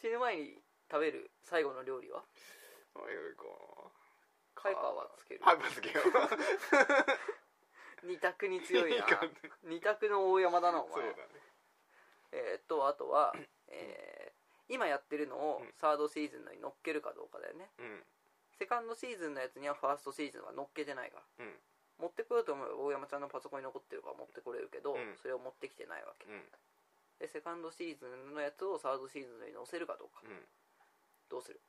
死ぬ前に食べる最後の料理はうおいおいこうハイパーはつけるハイパーつけよう二択に強 [LAUGHS] いなかん二択の大山だなおそうだ前ねえーっとあとは、えー今やってるのをうんサードシーズンのに乗っけるかどうかだよねうんセカンドシーズンのやつにはファーストシーズンは乗っけてないからうん持ってこようと思えば大山ちゃんのパソコンに残ってるから持ってこれるけど、うんそれを持ってきてないわけうんでセカンドシーズンのやつをサードシーズンのに載せるかどうか、うんどうする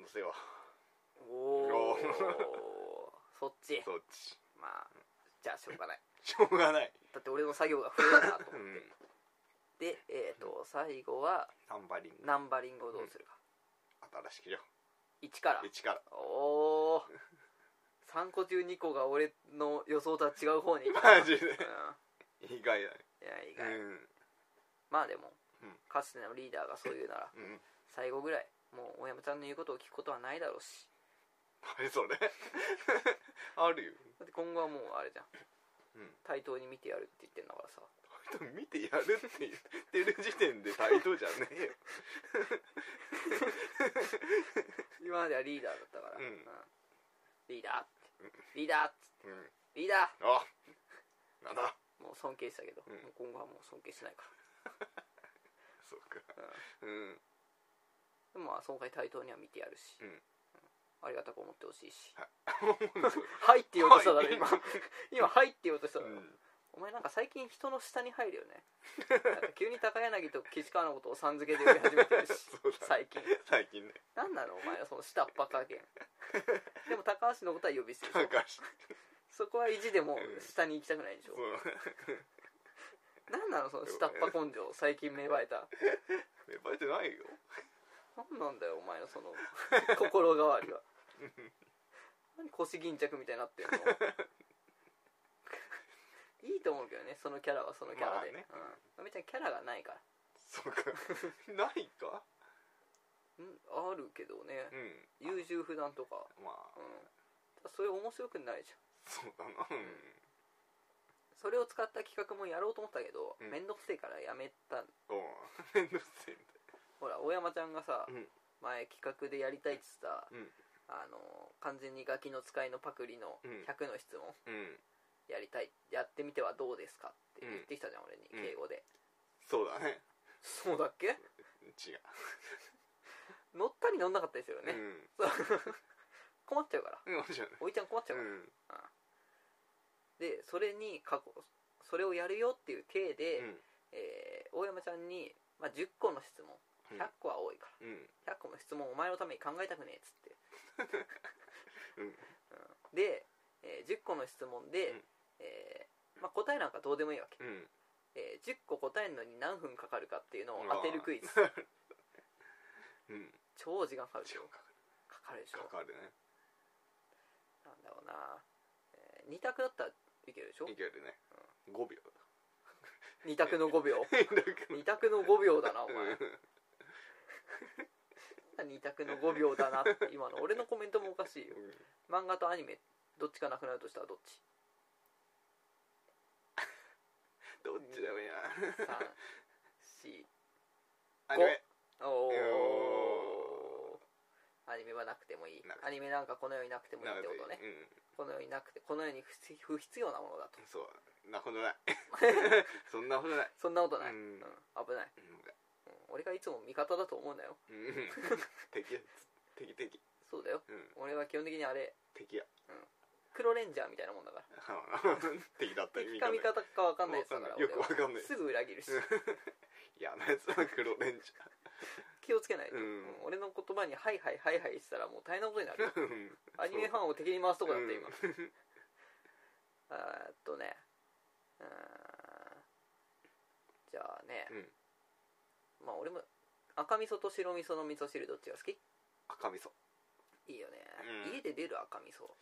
乗せよおおーそっちうそっちまあじゃあしょうがないしょうがないだって俺の作業が増えるなと [LAUGHS] う思ってんでえっ、と最後はナンバリングナンバリングをどうするか、新しくよ1から一からおお3個中2個が俺の予想とは違う方に行った [LAUGHS] マジうんで意外だねいや意う外、んまあでも、うんかつてのリーダーがそう言うならうん最後ぐらいもう大山ちゃんの言うことを聞くことはないだろうしあれそれ [LAUGHS] あるよだって今後はもうあれじゃんうん対等に見てやるって言ってんだからさこれ見てやるって言ってる時点で対等じゃねえよ今まではリーダーだったから、うんリーダーってリーダーっつってうんリーダーあなんだもう尊敬したけど、うんもう今後はもう尊敬しないかそうかうんらでもまあ爽快対等には見てやるし、うんありがたく思ってほしいし「は思うんですよはい」って言おうとしただろはい今今「はい」って言おうとしたうだろ、んお前なんか最近人の下に入るよねなんか急に高柳と岸川のことをさん付けで呼び始めてるし [LAUGHS] そうだ最近最近ねなんなのお前のその下っ端 [LAUGHS] 加減でも高橋のことは呼び捨てでしょなんかそこは意地でもうん下に行きたくないでしょそうなんなのその下っ端根性最近芽生えた芽生えてないよなんなんだよお前のそ [LAUGHS] の心変わりは何腰巾着みたいにな [LAUGHS] ってんのいいと思うけどねそのキャラはそのキャラで、まあねうん、めちゃんキャラがないからそうかないかうんあるけどねうん優柔不断とか、まうあん、ただそれ面白くないじゃんそうだなうんそれを使った企画もやろうと思ったけどうん面倒、くせえからやめたうんめんどくせえみほら大山ちゃんがさ、うん前企画でやりたいって言ってた、うんあの完全にガキの使いのパクリのうん100の質問、たいなうんやりたいやってみてはどうですかって言ってきたじゃん、俺にうん敬語で、そうだねそうだっけ違う乗ったり乗んなかったですよね、うんそう [LAUGHS] 困っちゃうからうんじゃないおいちゃん困っちゃううから、んでそれに過去それをやるよっていう体で、うんえー大山ちゃんに、まあ、10個の質問うん100個は多いかうんら100個の質問お前のために考えたくねえっつって [LAUGHS] うんで、えー10個の質問で、うんえーまあ、答えなんかどうでもいいわけ、うんえー10個答えるのに何分かかるかっていうのをうわ当てるクイズうん超時間かかるでし時ょ間かかるかかるでしょかかるねなんだろうな、え2択だったらいけるでしょいけるね5秒2択の5秒2 2択の5秒 [LAUGHS] だなお前うん2択の5秒だなって今の [LAUGHS] 俺のコメントもおかしいようん漫画とアニメどっちかなくなるとしたらどっちどっちでもいいな345アニメおいやーアニメはなくてもいいなくてアニメなんかこの世になくてもいいってことねうこんの世になくてこの世に不必不必要なものだとそうそんなことない [LAUGHS] そんなことないそんなことない、うんうん危ない、うんうん俺がいつも味方だと思うなようん敵敵敵そうだようん俺は基本的にあれ敵や [LAUGHS] 黒レンジャーみたいなもんだから敵だったり敵か味方か分かんないやつだからわかんないよくわかんない俺はすぐ裏切るし嫌なやつは黒レンジ気をつけないと、うんうん俺の言葉に「はいはいはいはい」したらもう大変なことにな [LAUGHS] るよャーうんアニメファンを敵に回すとこだった今、うんあーっとねうーんじゃあね、まあ俺も赤味噌と白味噌の味噌汁どっちが好き赤味噌いいよね、うん家で出る赤味噌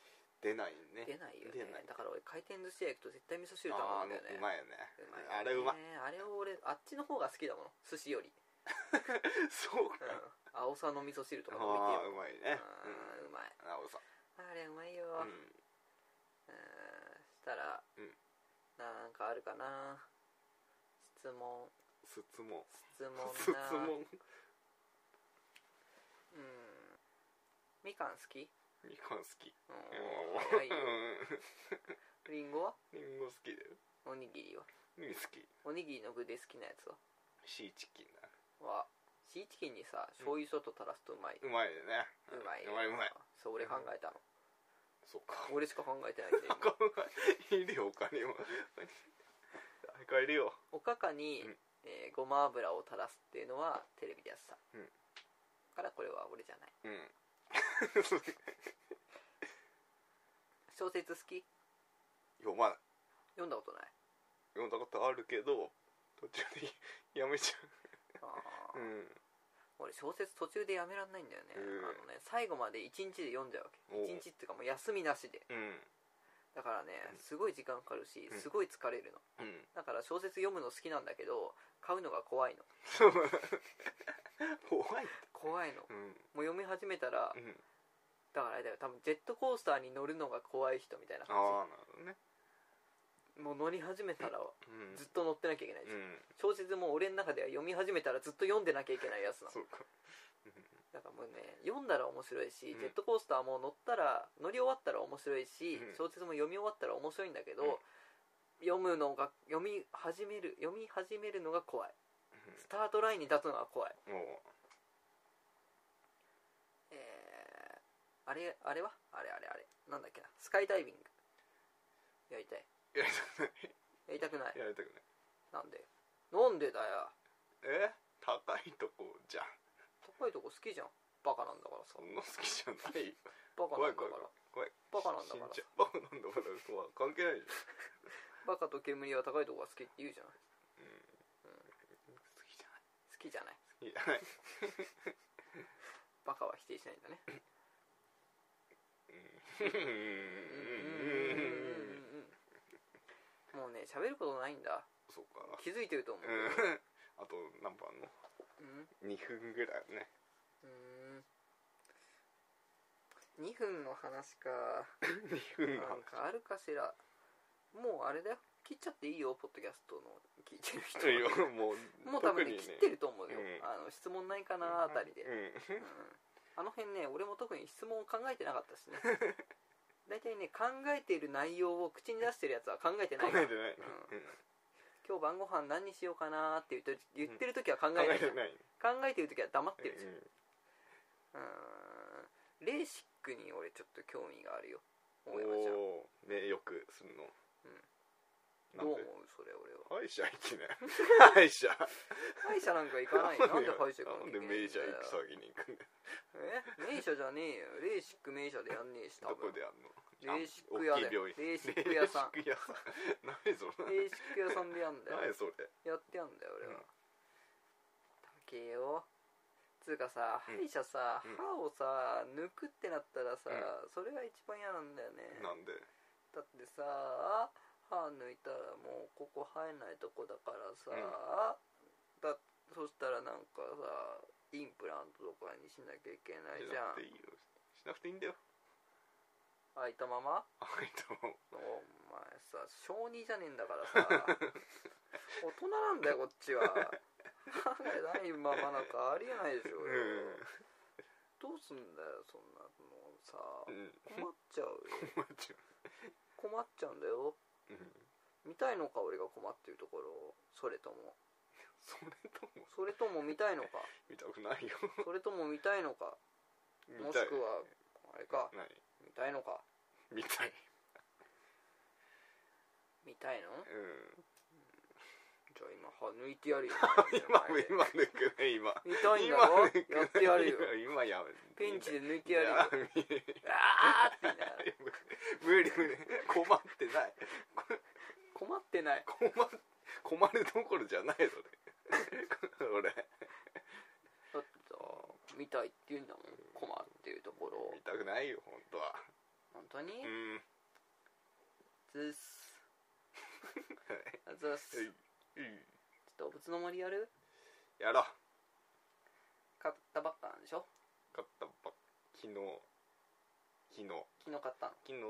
出ないね出ないよ出ねないだから俺回転寿司屋行くと絶対味噌汁頼あむんだよねーうまいよねうまいよねあれうまいあれを俺あっちの方が好きだもの寿司より、そううかん、青さの味噌汁とあかも置いてーようまいねうんうまいうん青さあれうまいよ、ううんんしたら、うんなんかあるかな質問すつも質問な [LAUGHS] すつもうんみかん好きみかん好きうんうん早いよりんごはうんりんご好きだよおにぎりはりんご好きおにぎりの具で好きなやつはシーチキンだはシーチキンにさ醤油ちょっと垂らすとうまい、うまいよねうまいようまいうまいそう俺考えたの、そうか [LAUGHS] 俺しか考えてないんで今他にいるよ他にも誰かいるよおかかに、うんえーごま油を垂らすっていうのはテレビでやってた、うんだからこれは俺じゃないうん [LAUGHS] 小説好き読まない読んだことない読んだことあるけど途中でやめちゃあーううん俺小説途中でやめらんないんだよね、うあんのね最後まで1日で読んじゃうわけおう1日っていうかもう休みなしでうんだからねすごい時間かかるしうんすごい疲れるの、うんだから小説読むの好きなんだけど買うのが怖いの怖い怖いのうんもう読み始めたらうんだからあれだよ多分ジェットコースターに乗るのが怖い人みたいなあ感あなるほどねじもう乗り始めたらうんずっと乗ってなきゃいけない、うん小説も俺の中では読み始めたらずっと読んでなきゃいけないやつなのそうかなんかもうね読んだら面白いし、うんジェットコースターも乗ったら乗り終わったら面白いし、うん小説も読み終わったら面白いんだけど、うん読むのが読み始める読み始めるのが怖いうんスタートラインに立つのが怖いもえー、あれあれはあれあれあれなんだっけなスカイダイビングやりたいうやりたくないやりたくないなやりたくないんでなんでだよえ高いとこじゃん高いとこ好きじゃんバカなんだからさそんな好きじゃないよバカなんだか怖いらバ怖いカなんだから死んじゃうバカなんだからまあ関係ないじバカと煙は高いとこが好きって言うじゃないゃん、うん、好きじゃない好きじゃない好きじゃないバカは否定しないんだねもうね喋ることないんだそうかな気づいてると思ううんあと何番のうん2分ぐらいねうん2分の話か2分ながんかあるかしらもうあれだよ切っちゃっていいよポッドキャストの聞いてる人いやもうもう多分ね切ってると思うよ、うんあの質問ないかなあたりで、ううんあの辺ね俺も特に質問考えてなかったし [LAUGHS] ね大体ね考えている内容を口に出してるやつは考えてんな考いかえらてない今日晩ご飯何にしようかなって言って言ってる時は考え考ない、えてない考えてる時は黙ってるじゃんううーんレーシックに俺ちょっと興味があるよん大山ちゃんおおねよくするのどうなん思うでそれ俺は歯医者行きね歯医者歯医者なん [LAUGHS] か行かないよなんで歯医者行かなんなきゃいけでな名いん医者だよ行く先に行くんだよえ名医者じゃねえよレーシック名医者でやんねえし多どこ分であんのレーシック屋あで大きい病院レーシック屋さんレーシック屋さん何それレーシック屋さんでやんだよ何それやってやんだよ俺は、うん高えよつうかさ歯うん医者さ、うん歯をさ抜くってなったらさ、うそれが一番嫌なんだよねなんでだってさ歯抜いたらもうここ生えないとこだからさ、うんだそしたらなんかさインプラントとかにしなきゃいけないしじゃなくんていいよしなくていいんだよ開いたままあいつもお前さ小児じゃねえんだから [LAUGHS] さ大人なんだよこっちは歯がないままなんかありえないでしょううんよ、どうすんだよそんなもうさうん困っちゃうよ困っちゃ困っちゃうんだよううん見たいのか俺が困ってるところをそれともそれともそれとも見たいのか見たくないよそれとも見たいのかも見したいくはあれか何見たいのか見たい見たいのうんじゃあ今歯抜いてやるよ [LAUGHS] 今お前今抜くね今見たいんだろ今抜くねやってやるよ [LAUGHS] 今やめペンチでで抜いてやるよあ見えあーって言いながら無理無理困ってない困ってない困困るどころじゃないそれだ俺ってさ見たいって言うんだもん困ってるところを見たくないよ本当は本当にうんはずっすあずっすちいょうんっと動物の森やるやろう買ったばっかなんでしょ買ったばっ昨日昨日昨日買ったの昨日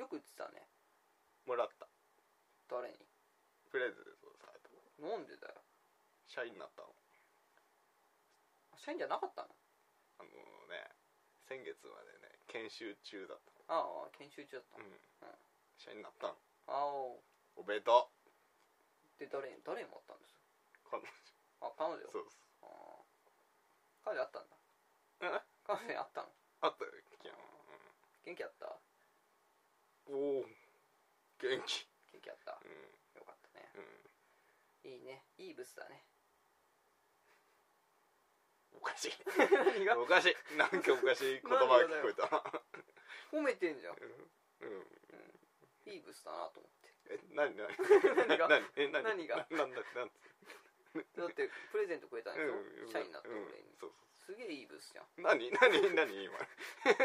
よく売ってたねもらった誰にプレゼントされた飲んでだよ社員になったの社員じゃなかったのあのね先月までね研修中だっああ研修中だったたのの、うん社員になったのああおめでとで誰に誰にもあったんですう彼女あ彼女そうですあー彼女あったんだえ彼女にあったのあったよ昨元気あった日、うん、おお元気元気あったうんよかったねうんいいねいいブスだ [LAUGHS] ねおかしい何がおかしいなんかおかしい言葉が聞こえた褒めてんじゃんうんうんいいブスだなと思ってえ何何 [LAUGHS] 何が [LAUGHS] 何え何何がななんだなだんってプレゼントくれたんでしょ、うん社員になって俺うんに、そうそうすげえいいブスじゃん何何何今何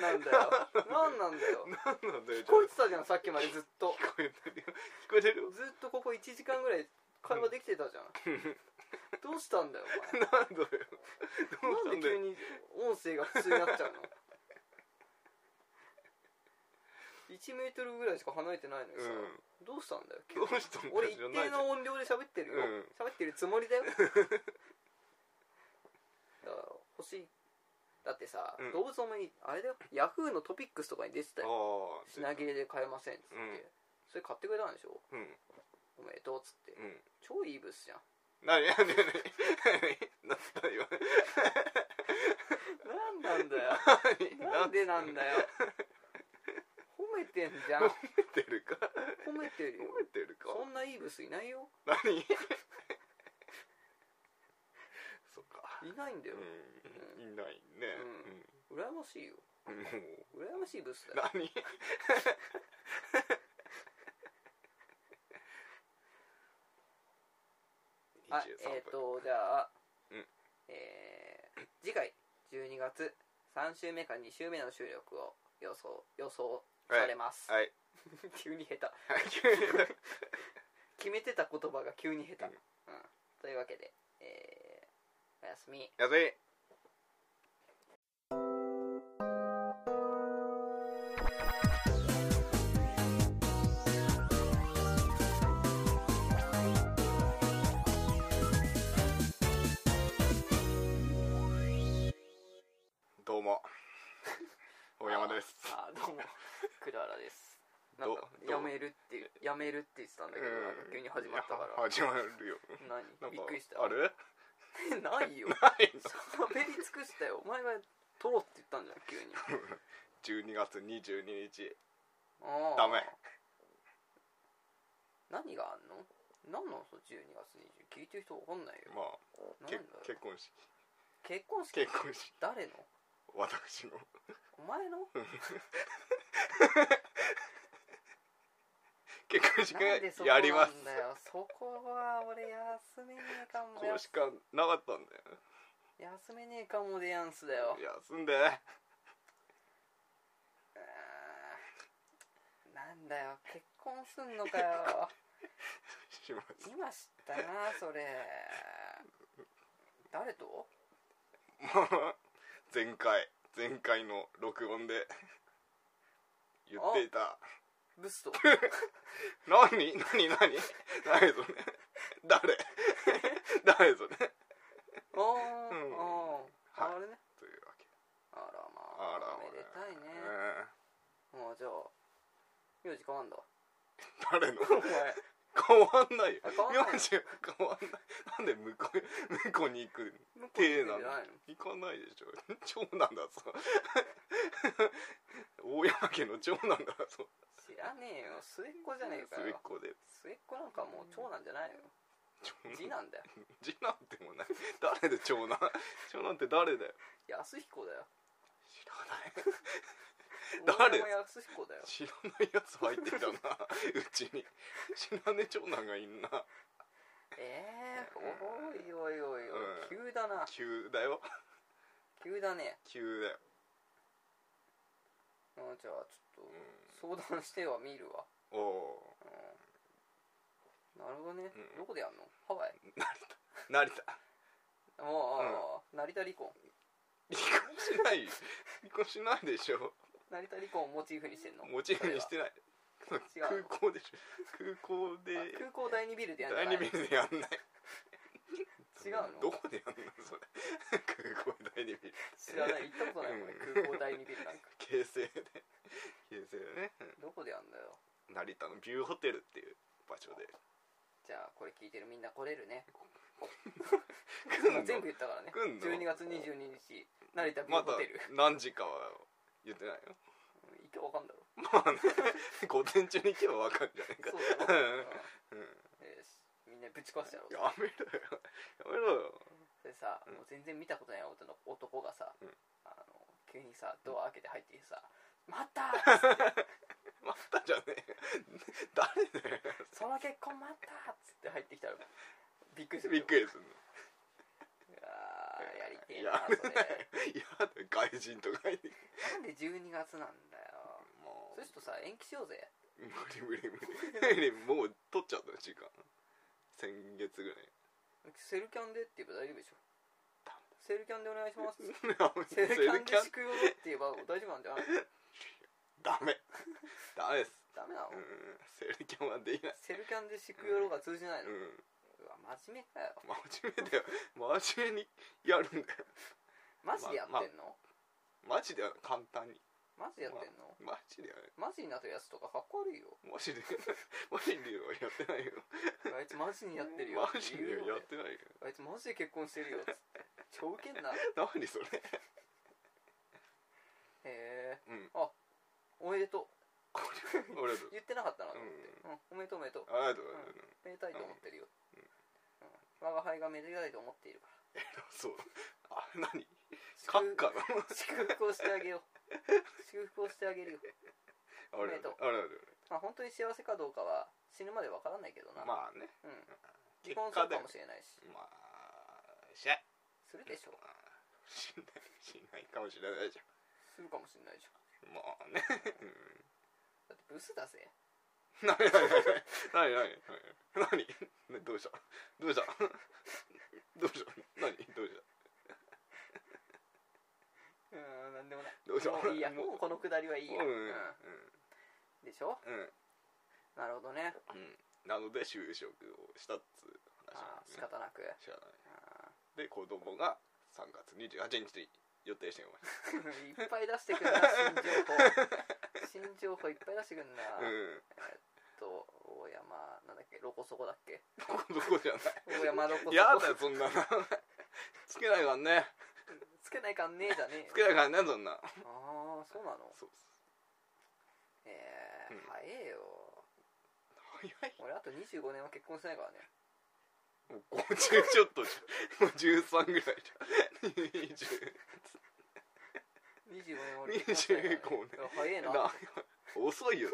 なんだよ何なんだよ [LAUGHS] 何なんだよ聞こえてたじゃんさっきまでずっと聞こえてるよ聞こえてるよずっとここ1時間ぐらい会話できてたじ [LAUGHS] ゃんどうしたんだよお前なんだよどうなしたんんで急だよに音声が普通になっちゃうの1メートルぐらいしか離れてないのにさ、どうしたんだよう [LAUGHS] んどうしたんだよ俺一定の音量で喋ってるよ [LAUGHS] うん喋ってるつもりだよしいだってさ、うん動物お前にあれだよヤフーのトピックスとかに出てたあよあ品切れで買えませんっつって、うんそれ買ってくれたんでしょうんおめでとうっつって、うん超いいブスじゃん何何何何何何今なんなんだよ [LAUGHS] なんでなんだよ褒めてんじゃん褒めてるか褒めてる褒よめてるかそんないいブスいないよ何 [LAUGHS] そっかいないんだよ、うんいないね羨ましいようんもう羨ましいブスだよ何 [LAUGHS] あ23えっ、分とじゃあ、うんえー次回12月3週目か2週目の収録を予想予想されます、はい [LAUGHS] 急に下手はい急に [LAUGHS] 決めてた言葉が急に下手、うんうんというわけで、えーおやすみ安いど [LAUGHS] うも大山ですあー [LAUGHS] どうも黒原ですなどんかどやうめるっていうやめるって言ってたんだけど、なんか急に始まったかうんら始まるよ何なんかびっくりしたあれ [LAUGHS] [LAUGHS] ないよないの喋り尽くしたよお前が取ろうって言ったんじゃん急に12月22日あーダメ何があんの何なのその12月20聞いてる人わかんないよまあなんだけよ結婚式結婚式結婚式誰の私のお前の結婚式なんでそこやなんりますだよそこは俺休めねえかもこうしかなかったんだよ休めねえかもでやんすだよ休んでうーんなんだよ結婚すんのかよします今知ったなそ [LAUGHS] れ誰とまあ前回前回の録音で言っていたブス [LAUGHS] と何何何何誰それ誰誰それあーうんあはいーあれねというわけあらまああらおめでたいねもうじゃあ名字変わんだ俺うん誰のお前変わんないよあ変わんない名字は変わんないなんで向こう向こうに行く向こうに住手なんのでないの行かないでしょ [LAUGHS] 長男だぞ大山家の長男だぞ知らねえよ末っ子じゃねえか末っよ子で末っ子なんかもう長男じゃないよ長次男男だよ次男でもない誰で長男長男って誰だよ安彦だよ知らない誰大山安彦だよ知らないやつ入ってたなうちに知らねえ長男がいんなええおいおいおいおい、うん急だな急だよ急だね急だよ、あじゃあちょっうと相談しては見るわ、ん、おおなるほどね、うんどこでやんのハワイー成田ああ、成田離婚離婚しない離婚しないでしょ成田離婚をモチーフにしてんのモチーフにしてない違う空港でしょ空港それはであ空港第二ビル [LAUGHS] でやんない第二ビルでやんない違うのどこでやんのそれ空港第二ビル知らない行ったことないもんねうん空港第二ビルなんか [LAUGHS] 京成で京成でねどこでやんだようん成田のビューホテルっていう場所でじゃあこれ聞いてるみんな来れるね来んの全部言ったからね来んの12月22日成田ビまルだホテル、何時かは言ってないよ [LAUGHS] うん行けばわかんだろまあね午前中に行けば分かるんじゃないかそうだろ、うんうんうんよしみんなぶち壊してやろうやめろよやめろよ [LAUGHS] でさ、うんもう全然見たことない男の男がさ、うんあの急にさドア開けて入ってきてさ「待った [LAUGHS] ーまたじゃねえよ誰 [LAUGHS] だよその結婚待った!」っつって入ってきたらびっくりするびっくりするのあーやりてえやなめそれない [LAUGHS] やだよ外人とかいてなんで12月なんだ [LAUGHS] よもそううするとさ延期しようぜ無理無理無理無理もう取っちゃった時間先月ぐらいセルキャンでって言えば大丈夫でしょダセルキャンでお願いします [LAUGHS] セセルルキキャャンンで祝よって言えば大丈夫なんじゃない [LAUGHS] ダメダメですダメなの、うんセルキャンはできないセルキャンで祝よが通じないうの、うんわ真面目かよ真面目だよ真面目にやるんだよマジでやってんの、マジでは簡単にマジでやってんの、マジではマジになったやつとかかっこ悪いよマジで [LAUGHS] マジではやってないよあいつマジにやってるよマジで言うよはやねってないよあいつマジで結婚してるよつって超ウケんなへ何それえうんおめでとこれ俺だう言ってなかったなうと思っんて、うん、おめでとうおめでとうありがとうめでたいと思ってるよ、うん我が輩がめでたいと思っているかそうあ何らカッカの祝福をしてあげよう祝福をしてあげるよあれだねあれだねまあ本当に幸せかどうかは死ぬまでわからないけどな、まあねうん、結離婚する果かもしれないしまあしないするでしょまあしないしないかもしれないじするかもしれないでしょゃんまあねうんだってブスだぜ何何何何何何何どうしたどうしたどうした何どうしたうーんなんでもないどうしようもういいやもうこのくだりはいいや、うんうんうんでしょうんなるほどねうんなので就職をしたっつう話あーなんです仕ね方なく知らないあで子供が3月28日に予定していましー [LAUGHS] いっぱい出してくんな [LAUGHS] 新情報新情報いっぱい出してくんな、たうんと大山なんだっけロコそこだっ [LAUGHS] けどこじゃない大山ロコそこ嫌だよそんなのつけないからねつけないかんねえじゃねつけないからねそんなえよああそうなのそうっええうん早えよす早い俺あと25年は結婚してないからねもう50ちょっとじゃんもう13ぐらいじ25年俺結婚してない [LAUGHS] から、ね、早えゃんな20な遅いよ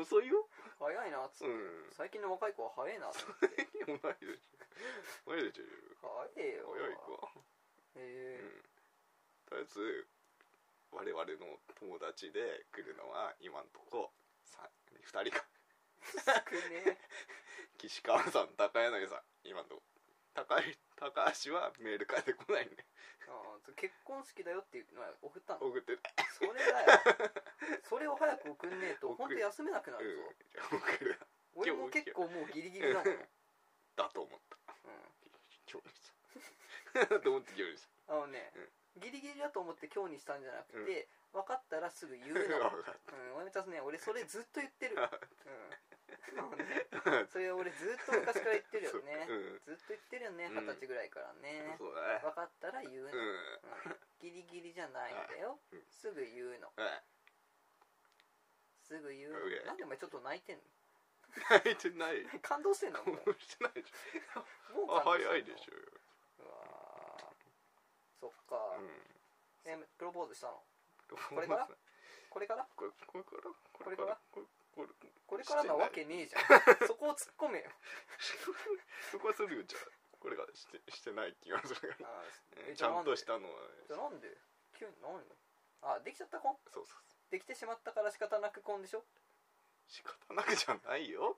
遅いよ早いなっつって、うん最近の若い子は早いなっつって同い年同い年よ早えよ早いかえうんとりあえず我々の友達で来るのは今んとこ2人かえ少ね岸川さん高柳さん今んとこ高い高橋はメール返ってこないんであー結婚式だよっていうのは送ったの送ってないそれだよそれを早く送んねえと送本る当休めなくなうるんぞ、じゃあ送る俺も結構もうギリギリだもん、うん、だと思った今日にしたと思って今日にしあのね、ギリギリだと思って今日にしたんじゃなくて、分かったらすぐ言うたの、分かっうん、俺たちね俺それずっと言ってる、うん、あのねたそれ俺ずっと昔から言ってるよね、うんずっと言ってるよねうん二十歳ぐらいからね、そうだね分かったら言うの、うんうんギリギリじゃないんだよ、うんすぐ言うのはいすぐ言ううえのなんでお前ちょっと泣いてんの泣いてない感動 [LAUGHS] してんのも興う奮してないでしもょうあ感動してんの早いでしょようわーそっか、うんえプロポーズしたのこれからこれからこれこれからこれからこれこれこれからなわけねえじゃ [LAUGHS] んそこを突っ込めよそこはするよじゃあこれがしてしてない気がするからあーえちゃんとしじたのはゃあなんで急に何あできちゃった婚そうそうそうできてしまったから仕方なく婚でしょ仕方なくじゃないよ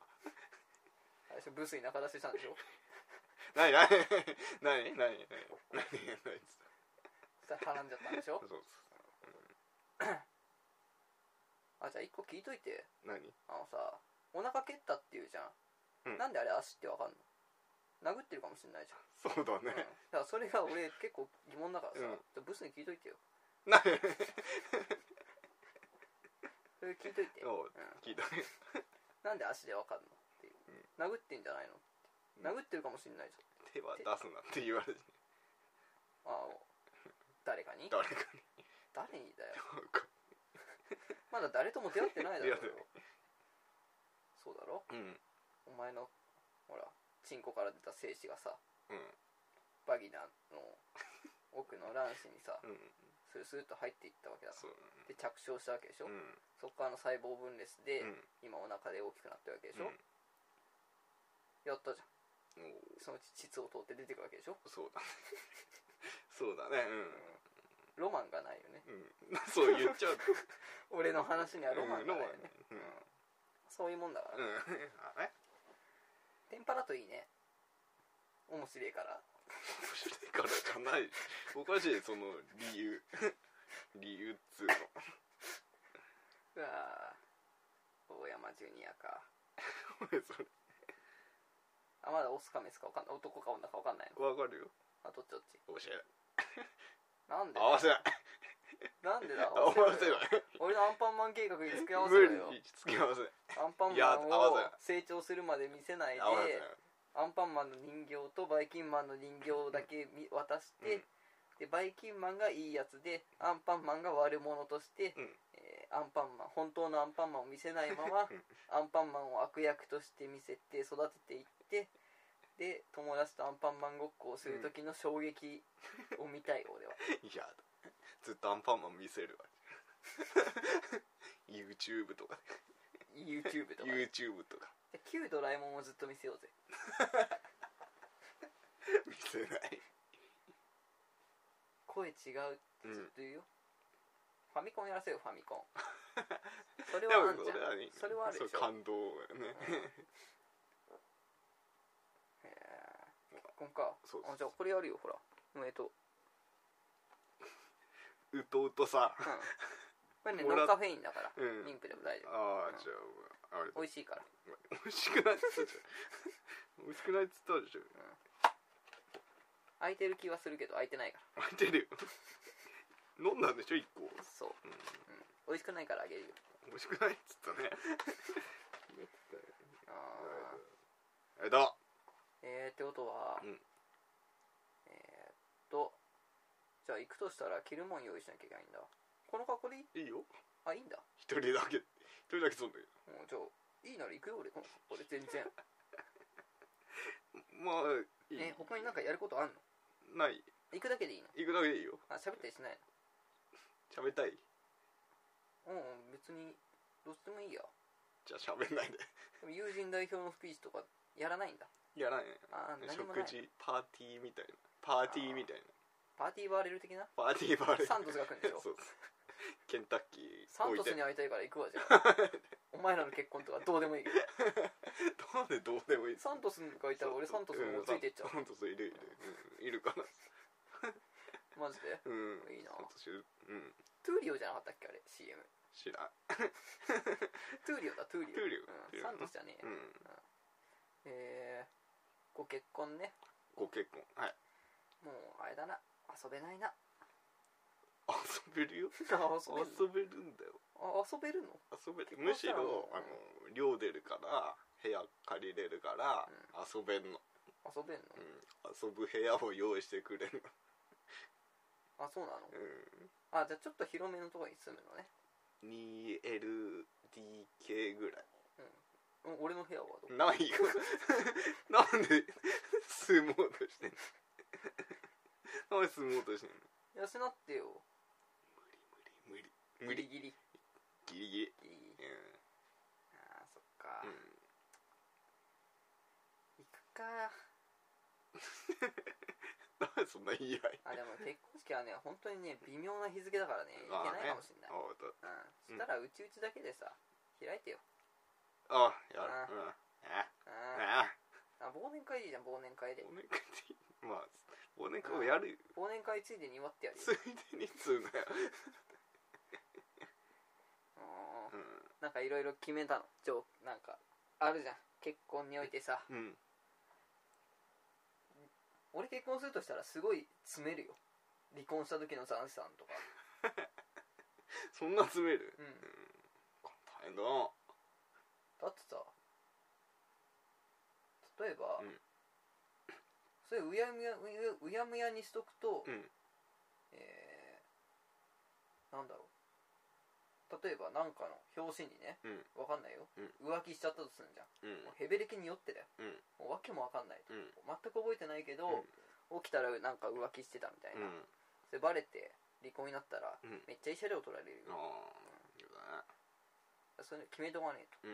あれでしょブースに仲出ししたんでしょ何何何何何何何何そしたらはらんじゃったんでしょそうそうあじゃあ一個聞いといて何あのさお腹蹴ったっていうじゃん、うんなんであれ足ってわかんの殴ってるかもしれないじゃそうだん、うん、だねからそれが俺結構疑問だからさ、うんちょっとブスに聞いといてよ何それ聞いといて、うん、おう聞いたねなんで足でわかんのっていう、殴ってんじゃないのう殴ってるかもしれないじ手は出すなって言われてゃんあお誰かに誰かに誰にだよ [LAUGHS] なんか [LAUGHS] まだ誰とも出会ってないだ [LAUGHS] 出ろ会ってないそうだろうんお前のほらチンコから出た精子がさうんバギナの奥の卵子にさうんスルスルっと入っていったわけだからそうで着床したわけでしょ、うんそこからの細胞分裂で、うん今お腹で大きくなってるわけでしょ、うんやったじゃんおうそのうち膣を通って出てくるわけでしょそうだねそうだねロマンがないよねうんうんそう言っちゃうと俺の話にはロマうンんロがマなンいよね、うんそういうもんだから、うんあれ天パだといいね面白いから面白いからじゃないおかしいその理由理由っつうのうわー大山ジュニアか俺それあまだオスかメスかわかんない男か女かわかんないのわかるよあどっちどっち教えないなんで合わせないなんでだ合わせよない俺のアンパンマン計画に付き合わせ無ろよ理付き合わせないアンパンいやマンを合わせ成ない長するまで見せないで合わせないアンパンマンの人形とバイキンマンの人形だけ見渡して、うんでバイキンマンがいいやつでアンパンマンが悪者として、うんえーアンパンマン本当のアンパンマンを見せないま [LAUGHS] まうんアンパンマンを悪役として見せて育てていってで友達とアンパンマンごっこをする時の衝撃を見たい俺 [LAUGHS] はいやずっとアンパンマン見せるわ YouTube とか YouTube とかで YouTube とか旧ドラえもんをずっと見せようぜ見せない声違うってずっと言うよ、ファミコンやらせよファミコンそれではあんもじそれゃはんねそれはあるでしそうょ感動ねへえ結婚かそうですあじゃあこれやるよほらえっ [LAUGHS] と、うとうとさうん、これねもらノっンカフェインだから、うん妊婦でも大丈夫あうあんじゃああれ美味しいから美味しくないっつったじゃん美味しくないっつったでしょ空いてる気はするけど空いてないか開いてるよ飲んだんでしょ一個らそう、うん美味しくないからあげるよ美味しくないっつった [LAUGHS] ねあーあれだえー、ってことは、うんえー、っとじゃあ行くとしたら着るもん用意しなきゃいけないんだこの格好でいいいいよあいいんだ一人だけ一人だけ飲んだけもうじゃあいいなら行くよ俺この俺全然どまあいいえ他になんかやることあんのない行くだけでいいの行くだけでいいよあ喋ったりしない喋りたいのうんうん別にどっちでもいいやじゃあ喋んないででも友人代表のスピーチとかやらないんだいやないねあー何もな食い事パーティーみたいなパーティーみたいなパーティーバーレル的なパーティーバーレサントスが来るんでしょそうケンタッキーサン置いトスてに会いたいから行くわじゃあお前らの結婚とかどうでもいいけどどうでどうでもいいサントスに書いたら俺サントスの方ついてっちゃううんサントスいるいる、うん、いるかなマジでうんいいなサントスいるうんトゥーリオじゃなかったっけあれ CM 知らん [LAUGHS] トゥーリオだトゥーリオトゥーリオうんトゥーリオサントスじゃねえうや、んえー、ご結婚ねご結婚はいもうあれだな遊べないな [LAUGHS] 遊べるよ遊べるの遊べるんだよあ遊べるの遊べ結る婚むししたらろあの寮出るから部屋借りれるから遊べんの、遊べんの、うん、遊ぶ部屋を用意してくれるあそうなのの、あじゃあちょっと広めのところに住むのね、うん、2LDK ぐらいうん、俺の部屋はどこない [LAUGHS] よなんで住もうとしてんのなんで住もうとしてんの養ってよ無理無理無理ギリギリギリギリギリギリあーそっか、うん、う [LAUGHS] 行ん、くかなんでそんな言い合いあでも結婚式はね [LAUGHS] 本当にね微妙な日付だからね行あけないかもしれない、あわかっうん、したらうちうちだけでさ開いてよたあやるあうんああああ忘年会でいいじゃん忘年会で忘年会でいいまあ忘年会をやるよ忘年会ついでに祝ってやるよついでにつうなよ、うんうなんかいろいろ決めたのジョーなんかあるじゃん結婚においてさんうん、俺結婚するとしたらすごい詰めるよ離婚した時の残資産とかそんな詰める、うん大変だなだってさ例えば、うんそれうやむやうやうやむやにしとくと、うんえーなんだろう例えばなんかの表紙にね、うんわかんないよ、う浮気しちゃったとするんじゃんもうんうヘベレキに酔ってだよ、うんもう訳もわかんないと、うん全く覚えてないけど、起きたらなんか浮気してたみたいうな、んそれバレて離婚になったら、うんめっちゃ慰謝料取られるあよ、あよだねそういうの決めとかねえ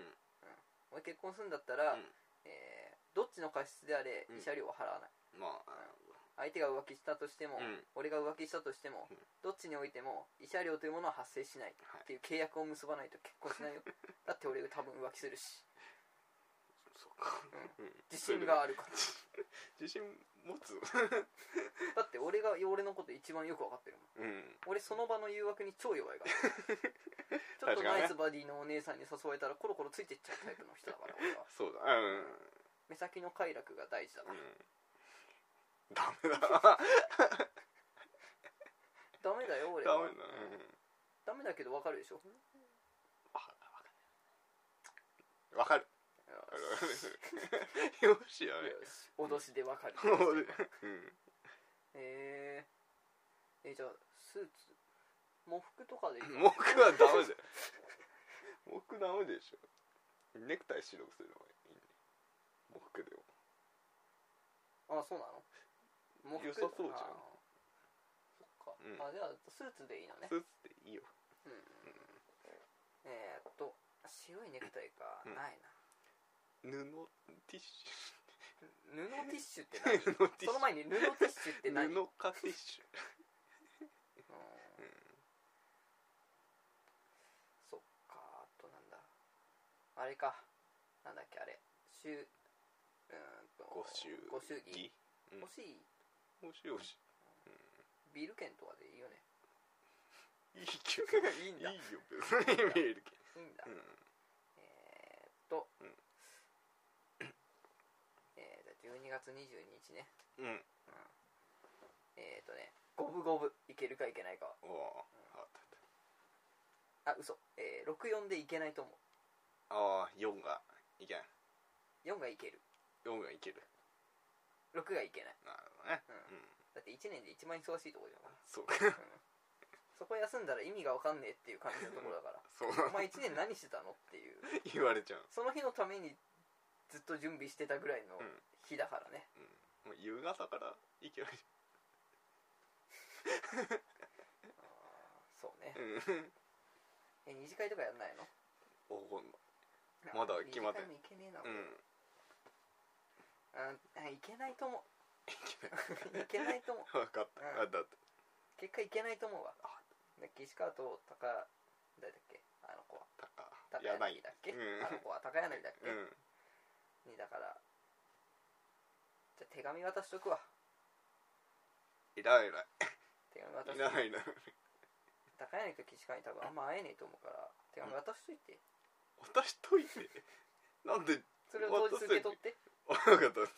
と俺うん結婚するんだったら、うんえーどっちの過失であれうん慰謝料は払わない、まあ相手が浮気したとしても、うん俺が浮気したとしても、うんどっちにおいても慰謝料というものは発生しないはいっていう契約を結ばないと結婚し [LAUGHS] ないよだって俺多分浮気するしそっか、うん [LAUGHS] 自信があるから自信持つ [LAUGHS] だって俺が俺のこと一番よく分かってるもんうん俺その場の誘惑に超弱いからちょっ [LAUGHS] と確かにねナイスバディのお姉さんに誘われたらコロコロついてっちゃうタイプの人だから俺は [LAUGHS] そうだうん、うん、目先の快楽が大事だから、ダメだなでしょわかるわかるよしやよねし脅しでわ [LAUGHS] かるうんえー、えじゃあスーツ喪服とかでいい [LAUGHS] の僕はダメだよ僕ダメでしょネクタイ白くするのがいいね僕でもあそうなの喪服良さそうじゃあんーそっか、うんあじゃあスーツでいいのねスーツっていいようんえー、っと白いネクタイか、うんないな布ティッシ布ティッシュってュ何布ティッシュその前に布ティッシュって何布かティッシうんそっかあとなんだあれかなんだっけあれ衆うーんとュご祝ご祝 [LAUGHS] 儀うん欲しいご祝儀ビール券とかでいいよねいいけ [LAUGHS] どいいんいいだよ別に見えるけいいんだ、どうんえー、っと、うんえー、じゃあ12月22日ねうんえー、っとね五分五分いけるかいけないかはおおあったあっあ嘘えー、64でいけないと思うたああ4がいけん4がいける4がいける6がいけないなるほどねうんうんだって1年で一番忙しいところじゃんそ [LAUGHS] うかそこ休んだら意味が分かんねえっていう感じのところだからそうお前1年何してたのっていう言われちゃうその日のためにずっと準備してたぐらいのうん日だからね、もう夕方からいけばいいそうねうんえ二次会とかやんないのおおまだ決まってん二次会も行けねえな、うんあいけないと思うい [LAUGHS] いけけないと思う [LAUGHS] ない分かったうんあだって結果いけないと思うわあで岸川と高誰だっけあの子はた高かやない柳だっけ、うんあの子は高柳だっけ、うんにだからじゃあ手紙渡しとくわいらないいらな手紙渡いしいとらくないいらない高柳と岸川に多分あんま会えねえと思うから手紙渡しといて渡しといてなんでそれを当日受け取ってわかったです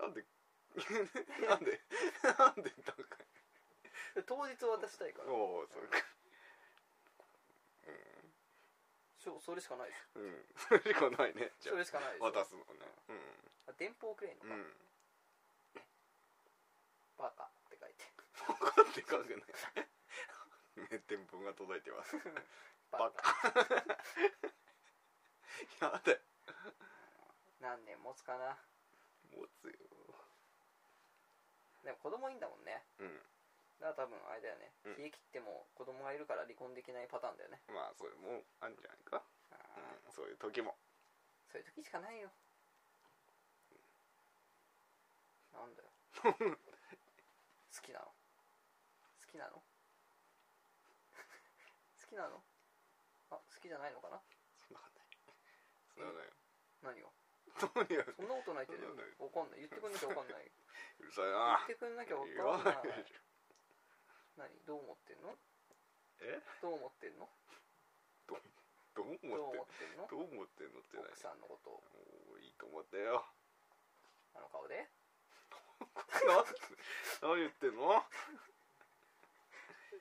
[LAUGHS] なんでなんでなんで高い [LAUGHS] 当日渡したいからおおそうかそうそれしかないでうんうんそれしかないねすじゃそれしかないですあ渡すのねあ電報くれんのうか、んうんバカって書いて分かって書くね名店文が届いてますバカ [LAUGHS] やだよ何年持つかな持つよでも子供いいんだもんねうんだから多分あれだよね、うん冷え切っても子供がいるから離婚できないパターンだよね、まあそれもあるんじゃないかあーうんそういう時も [LAUGHS] そういう時しかないよなんだよ好きなの好きなの [LAUGHS] 好きなのあ好きじゃないのかなそんなことない何をそんなことないよそんなことないってそんなわかんない言ってくんなきゃわかん [LAUGHS] ないうるさい言なってくんなきゃわ言わかないんなでいしょ何どう思ってんのえどう思ってんのどう思ってどう思んってんのどう思ってんのってない奥さんのことをもういいと思ったよ [LAUGHS] あの顔でなん何言ってんの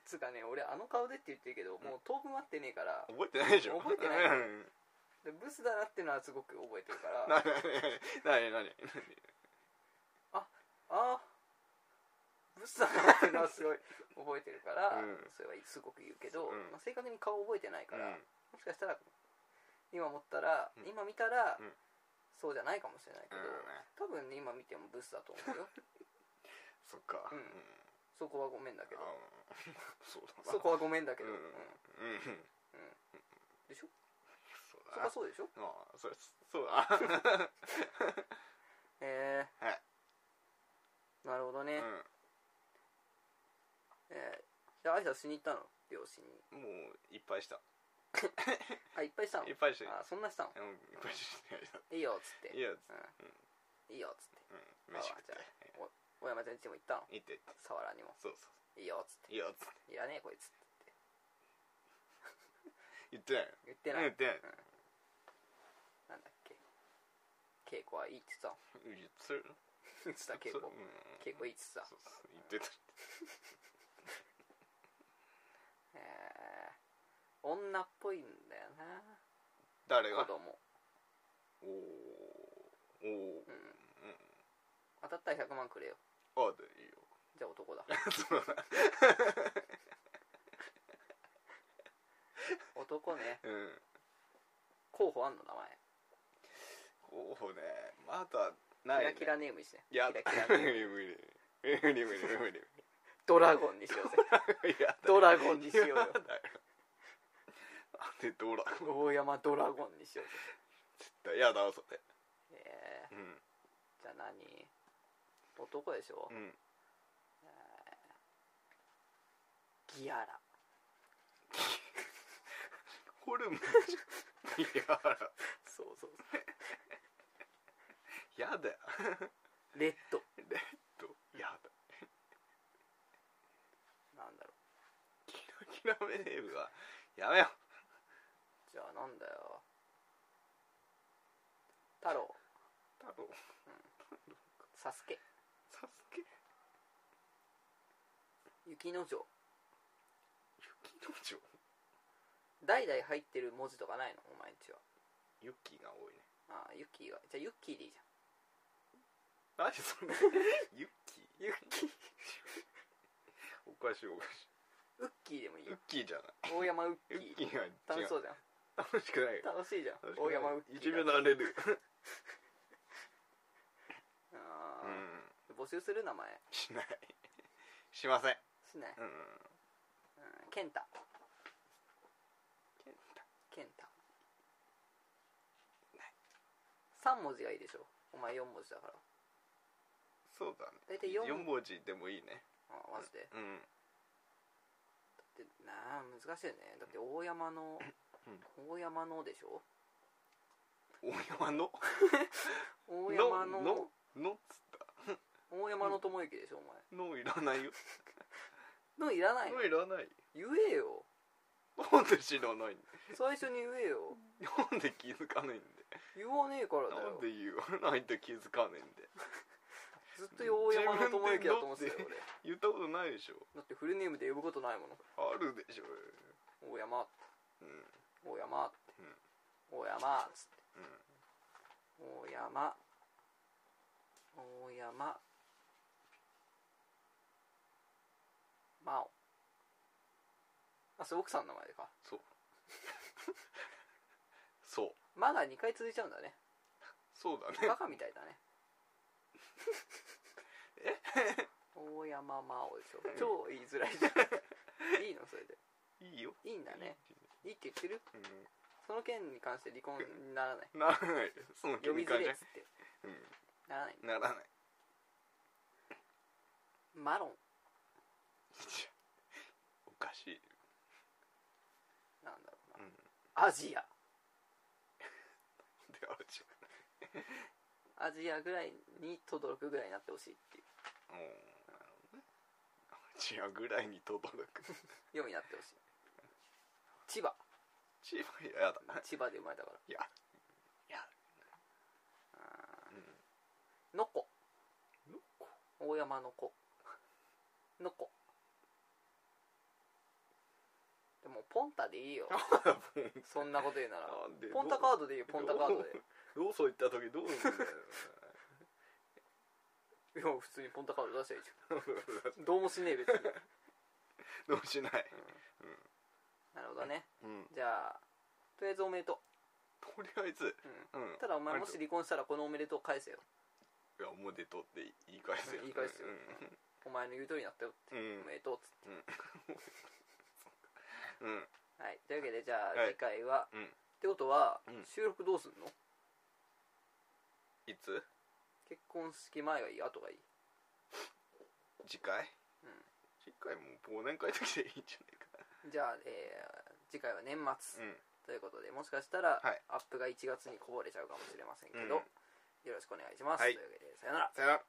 つうかね俺あの顔でって言ってるけどもう当分待ってねえから覚えてないでしょ覚えてないようんでブスだなってのはすごく覚えてるからなになになになにああブスだなってのはすごい覚えてるから、うんそれはすごく言うけど、うんまあ、正確に顔覚えてないから、うんもしかしたら今思ったら、うん今見たら、うんそうじゃないかもしれないけど、うん多分ね今見てもブスだと [LAUGHS] 思うよそっかうんうんそこはごめんだけどあうんそうだなそこはごめんだけうんど、ううんんうんでしょそそうだこはなそうでしょああそれそうだな [LAUGHS] えー [LAUGHS] はいなるほどね、うえーじゃあ挨拶しに行ったの両親にんもういっ [LAUGHS] ぱいしたあいっぱいしたのいっぱいしたあそんなしたのうんいっぱいしたいいよっつっていやうん、いいよっつってうん飯食ってあじゃ小山ちゃんちも行ったの行ってってサワラにもそうそいいよっつっういやつってていらねえこいつって言ってないよ言ってない、言ってないなんだっけ稽古はいいって言って言たの言ってるってた稽古そううん稽古いいって言ってたそうそう言ってたえ女っぽいんだよな誰が子供おーおーうんうん当たったら100万くれよあでいいよじゃあ男だそうだな男ねうん候補あんの名候補ねまだな前い、キねラ、キラネームにしていやキラキラ無ネ理ーム無理無理無理無理無理ドラゴンにしようぜいやドラゴンにしようよやだよなんでドラゴン大山ドラゴンにしよ絶対やだそうれぜえーうんじゃあ何男でしょうんギアラホルモンいやそうそうそやだようレッドレッドやだなんだろうキラキラメネームはやめよじゃあなんだよ太郎太郎サスケサスケ雪の城雪の城代々入ってる文字とかないのお前んちは雪が多いねああユッキーはじゃあユッキーでいいじ何それユッキーゃんユッキーおかしいおかしウッキーでもいい [LAUGHS] いウよッキーじゃない大山ウッウッキキーーが違う楽しそうじゃん楽しくないよ楽しいじゃん楽しく大ない山ウッキーいじめられるあうーん募集する名前しないしませんしない、うんうん、ケンタ健太ケンタ3文字がいいでしょお前4文字だからそうだね大体4 4文字でもいいねあマジでうんでなあ難しいよねだって大山の、大山のでしょ大山の大山のののっつった大山の智之でしょおのいらないよ前のいらないののいらない言えよなんで知らないん最初に言えよだなんで気づかないんで言わねえからだなんよで言わないと気づかないんでずっと大山の智之だと思ってたよ自分俺言ったことないでしょだってフルネームで呼ぶことないものあるでしょ大山うん大山って、うん大山っつってうん大山大山真央あそれ奥さんの名前かそうそう「ま」が2回続いちゃうん [LAUGHS] だねそうだねバカみたいだ [LAUGHS] ね大山真央でしょ超言いづらいじゃん [LAUGHS] いいのそれでいいよいいんだねいいって言ってるうその件に関して離婚にならないんならないその呼気びづに感れじえっつってうんならないんだならないマロンおかしいなんだろうな、うんアジアであるじアジアぐらいに轟くぐらいになってほしいっていうゃんうん違うぐらいに届くようになってほしい千葉千葉やだ千葉で生まれたからいやいやうんのこのこ大山の子のこでもポンタでいいよ [LAUGHS] そんなこと言うならなんでポンタカードでいいよポンタカードでローソン行った時どうすんだよ [LAUGHS] いや普通にポンタカード出せばいいじゃんどうもしねえ別にどうしないなるほどねうんじゃあとりあえずおめでととりあえずう、うんうんただお前もし離婚したらこのおめでとう返せよいやおめでとうって言い返すよ言い返すよお前の言う通りになったよって、うんうんおめでとうっつっうんてはいというわけでじゃあ、はい次回は、うんってことは、うん収録どうすんのいつ結婚式前がいい後がいい次回うん次回もう忘年会時でいいんじゃないかじゃあ、えー次回は年末、なということでもしかしたら、はいアップが1月にこぼれちゃうかもしれませんけうんど、よろしくお願いします、はいというわけでさよならさよなら